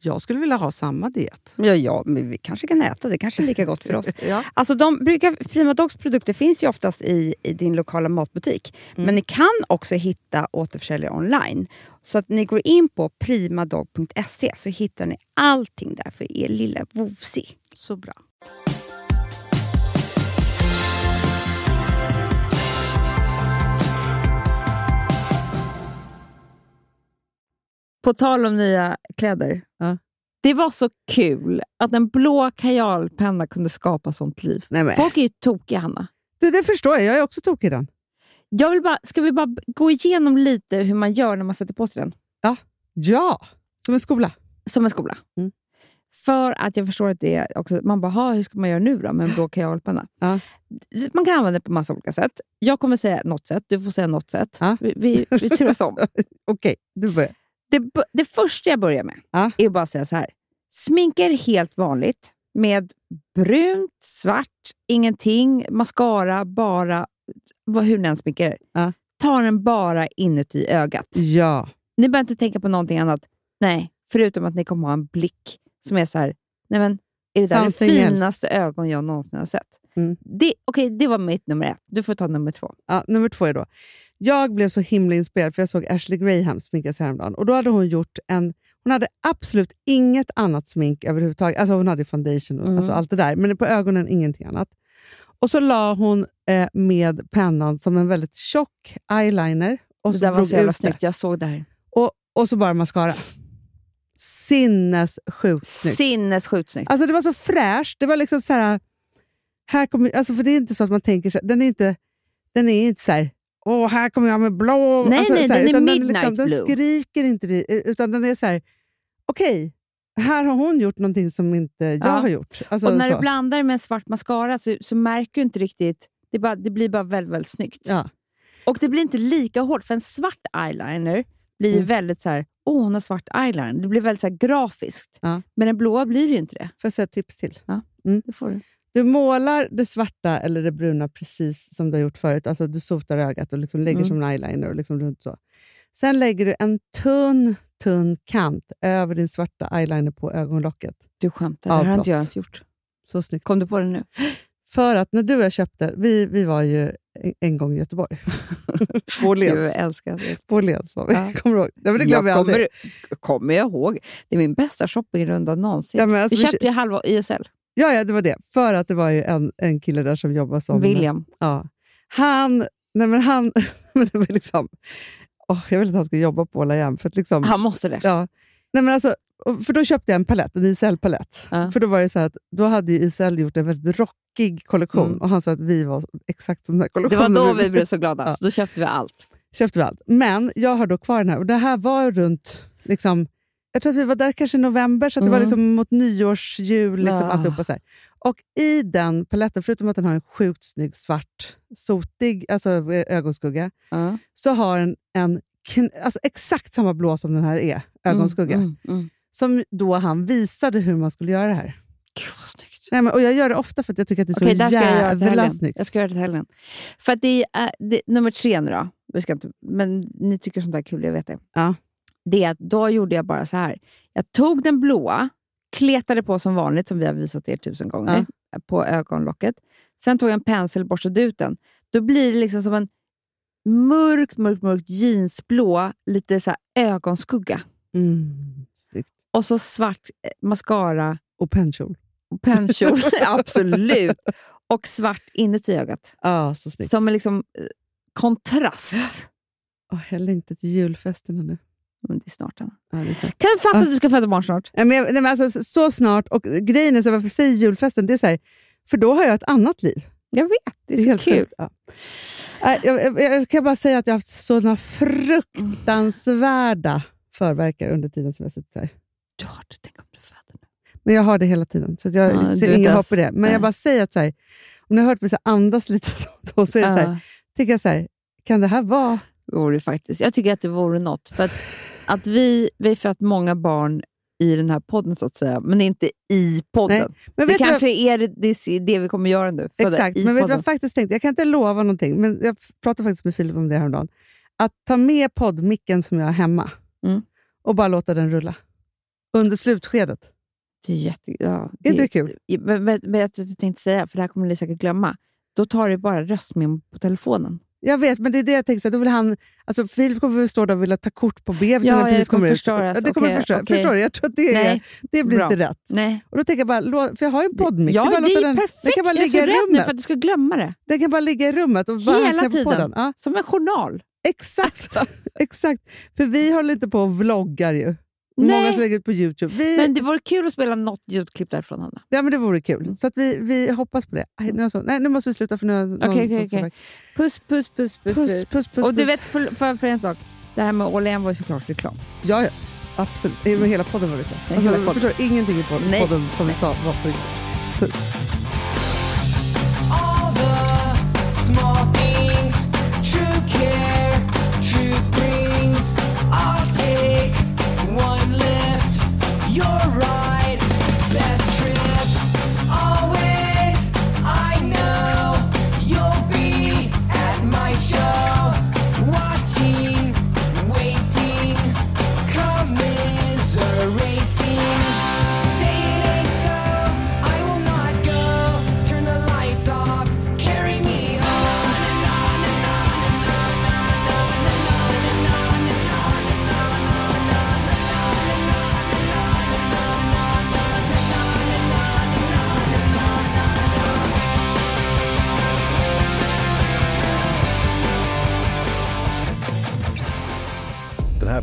E: Jag skulle vilja ha samma diet.
D: Ja, ja, men vi kanske kan äta. Det kanske är lika gott för oss. Alltså de brukar, Prima Dogs produkter finns ju oftast i, i din lokala matbutik. Men ni kan också hitta återförsäljare online. Så att ni går in på primadog.se så hittar ni allting där för er lilla vovsi.
E: Så bra.
D: På tal om nya kläder.
C: Ja.
D: Det var så kul att en blå kajalpenna kunde skapa sånt liv.
E: Nej, men.
D: Folk är ju tokiga, Hanna.
C: Du, det förstår jag. Jag är också tokig i den.
D: Jag vill bara, ska vi bara b- gå igenom lite hur man gör när man sätter på sig den?
C: Ja, som en skola.
D: Som en skola.
C: Mm.
D: För att jag förstår att det är också, man bara, "Ha, hur ska man göra nu då med en blå kajalpenna?
C: Ja.
D: D- Man kan använda det på massa olika sätt. Jag kommer säga något sätt, du får säga något sätt.
C: Ja.
D: Vi, vi, vi turas om.
C: Okej, du börjar.
D: Det, b- det första jag börjar med
C: Ja.
D: är att bara säga så här. Sminka er helt vanligt med brunt, svart, ingenting, mascara, bara vad, hur ni än sminkar er.
C: Ja.
D: Ta den bara inuti ögat.
C: Ja.
D: Ni behöver inte tänka på någonting annat. Nej, förutom att ni kommer ha en blick som är så här, nej men, är det där det
C: Something else.
D: finaste ögon jag någonsin har sett?
C: Mm.
D: Det, Okej, det var mitt nummer ett. Du får ta nummer två.
C: Ja, nummer två är då. Jag blev så himla inspirerad för jag såg Ashley Graham sminka sig häromdagen. Och då hade hon gjort en... Hon hade absolut inget annat smink överhuvudtaget. Alltså hon hade ju foundation och
D: Mm.
C: alltså allt det där, men på ögonen ingenting annat. Och så la hon eh, med pennan som en väldigt tjock eyeliner. Och
D: Det
C: så
D: där var
C: drog
D: så jävla
C: ut det.
D: snyggt. Jag såg det här.
C: Och, och så bara mascara. Sinnessjukt snyggt.
D: Sinnessjukt snyggt.
C: Alltså det var så fräscht. Det var liksom så här, här kommer, alltså för det är inte så att man tänker så här, den är inte, den är inte så här, åh här kommer jag med blå.
D: Nej,
C: alltså,
D: nej,
C: så här,
D: den är
C: utan
D: midnight
C: den
D: blue.
C: skriker inte, det, utan den är så här, okej, här har hon gjort någonting som inte jag
D: Ja.
C: har gjort. Alltså,
D: och när
C: så.
D: du blandar med en svart mascara så, så märker du inte riktigt. Det, är bara, det blir bara väldigt, väldigt snyggt.
C: Ja.
D: Och det blir inte lika hårt, för en svart eyeliner blir
C: Mm.
D: väldigt så här, åh hon har svart eyeliner. Det blir väldigt så här grafiskt.
C: Ja.
D: Men den blåa blir ju inte det.
C: Får jag säga ett tips till?
D: det får du.
C: Du målar det svarta eller det bruna precis som du har gjort förut. Alltså du sotar ögat och liksom lägger
D: Mm.
C: som en eyeliner. Och liksom runt så. Sen lägger du en tunn, tunn kant över din svarta eyeliner på ögonlocket.
D: Du skämtar,
C: Ja,
D: det här har inte jag
C: blått.
D: ens gjort.
C: Så snyggt.
D: Kom du på det nu?
C: För att när du och jag köpte, vi, vi var ju en, en gång i Göteborg.
D: Jag
C: Åhléns.
D: älskar det.
C: Åhléns var vi,
D: Ja.
C: kommer du ihåg? Ja, men det glömmer
D: Jag
C: jag aldrig.
D: kommer, kommer jag ihåg. Det är min bästa shoppingrunda någonsin.
C: Ja, men alltså,
D: vi
C: vi kö-
D: köpte ju halva YSL.
C: ja, ja, det var det. För att det var ju en, en kille där som jobbade som...
D: William.
C: Ja. Han, nej men han, men det var liksom, åh, jag vill att han ska jobba på Åla igen, för att liksom,
D: Han måste det.
C: Ja. Nej, men alltså, och- för då köpte jag en palett, en YSL-palett.
D: Ja.
C: För då var det så här att då hade ju YSL gjort en väldigt rockig kollektion
D: Mm.
C: och han sa att vi var exakt som den här
D: Det
C: kollektionen.
D: var då vi blev så glada,
C: Ja.
D: så då köpte vi allt.
C: köpte vi allt. Men jag har då kvar den här och det här var runt, liksom, jag tror att vi var där kanske i november, så att det var
D: Mm. Ah.
C: liksom mot nyårs, jul, liksom,
D: Ja.
C: alltihopa. Så här. Och i den paletten, förutom att den har en sjukt snygg svart, sotig alltså, eh, ögonskugga,
D: Ja.
C: så har den en kn- alltså, exakt samma blå som den här är, ögonskugga.
D: Mm, mm, mm.
C: Som då han visade hur man skulle göra det här.
D: Gud vad snyggt.
C: Nej, men, och jag gör det ofta för att jag tycker att det är så
D: Okej, det här ska jag göra till
C: Alltså, jävla
D: helgen.
C: snyggt.
D: Jag ska göra det till helgen. För att det är, det, nummer tre nu då. Vi ska inte, men ni tycker sånt där är kul, jag vet det.
C: Ja.
D: Det är att då gjorde jag bara så här. Jag tog den blåa, kletade på som vanligt, som vi har visat er tusen gånger, på ögonlocket. Sen tog jag en pensel och borstade ut den. Då blir det liksom som en mörk, mörk, mörk jeansblå, lite så här ögonskugga.
C: Mm, snyggt.
D: Och så svart eh, mascara
C: Och pennkjol.
D: och pennkjol. Absolut. Och svart inuti ögat.
C: Ja, så snyggt.
D: Som en liksom, eh, kontrast.
C: Åh, jag längtar till julfesterna nu.
D: Men det är snart Anna.
C: Ja, det är sant.
D: Kan du fatta att du ska föda barn snart?
C: Nej, men jag, nej, men alltså, så- så snart, och grejen är så här, varför säger julfesten? Det är så här, för då har jag ett annat liv.
D: Jag vet, det är, så
C: helt
D: kul.
C: sjukt, Ja. Nej, Jag, jag, jag kan bara säga att jag har haft sådana fruktansvärda förverkar under tiden som jag har suttit här.
D: Du har det, tänk om du föder nu.
C: Men jag har det hela tiden, så att jag
D: Ja, du
C: ser
D: vet
C: inget
D: jag-
C: hopp i det. Men
D: nej.
C: jag bara säger att så här, om ni har hört mig så här andas lite då, så är det så här,
D: Ja,
C: tänker jag så här, kan det här vara...
D: det vore det faktiskt. Jag tycker att det vore något. För att, att vi, vi har fött många barn i den här podden, så att säga, men inte i podden.
C: Men
D: det
C: vet du vad-
D: kanske är det, det, är det vi kommer göra nu. föda
C: Exakt,
D: i
C: men vet du vad
D: podden.
C: jag faktiskt tänkte? Jag kan inte lova någonting, men jag f- pratade faktiskt med Filip om det häromdagen. Att ta med poddmicken som jag har hemma
D: Mm.
C: och bara låta den rulla. Under slutskedet.
D: Det är jätte... Ja,
C: Är inte det kul?
D: Men men- men jag tänkte säga, för det här kommer ni säkert glömma. Då tar du bara röstmemo på telefonen.
C: Jag vet, men det är det jag tänker. så här, Då vill han, alltså Filip kommer väl stå där och vilja ta kort på bebisen
D: Ja,
C: när han
D: ja,
C: precis
D: det kommer
C: kommer ut.
D: förstöras.
C: Ja, det kommer
D: Okej,
C: förstöras.
D: okej.
C: Förstår du? Jag tror att det, är,
D: Nej,
C: det blir
D: bra.
C: inte rätt.
D: nej.
C: Och då tänker jag bara, låt- för jag har ju en poddmick.
D: Ja,
C: är
D: det
C: bara att låta
D: är perfekt!
C: den kan bara
D: jag är så
C: ligga i
D: rädd nu
C: rummet.
D: för att du ska glömma det.
C: Den kan bara ligga i rummet och bara
D: Hela
C: knäppa på
D: tiden.
C: den. Ja,
D: Som en journal.
C: Eh. exakt, exakt. För vi håller inte på och vloggar ju. Många
D: Nej.
C: som lägger ut på Youtube. Vi,
D: Men det vore kul att spela något ljudklipp därifrån, Hanna.
C: ja, men det vore kul. Så att vi, vi hoppas på det. Aj, nu, har jag så, nej, nu måste vi sluta för nu har någon
D: Okej, okej,
C: som
D: okej.
C: frågar.
D: Puss, puss, puss, puss.
C: Puss, puss, puss.
D: och du
C: puss.
D: vet, för, för, för en sak. Det här med Åhlén var ju såklart reklam.
C: Ja, ja. Absolut. Eh, Men hela podden var det.
D: Ja,
C: Alltså,
D: hela
C: jag
D: podden.
C: förstår ingenting i podden,
D: Nej.
C: podden som vi sa var på riktigt.
F: All the small things, true care, truth brings. I'll take one lift, your ride, best trip. Always, I know you'll be at my show, watching, waiting, commiserating. Say it ain't so, I will not go. Turn the lights off, carry me home.
G: Den här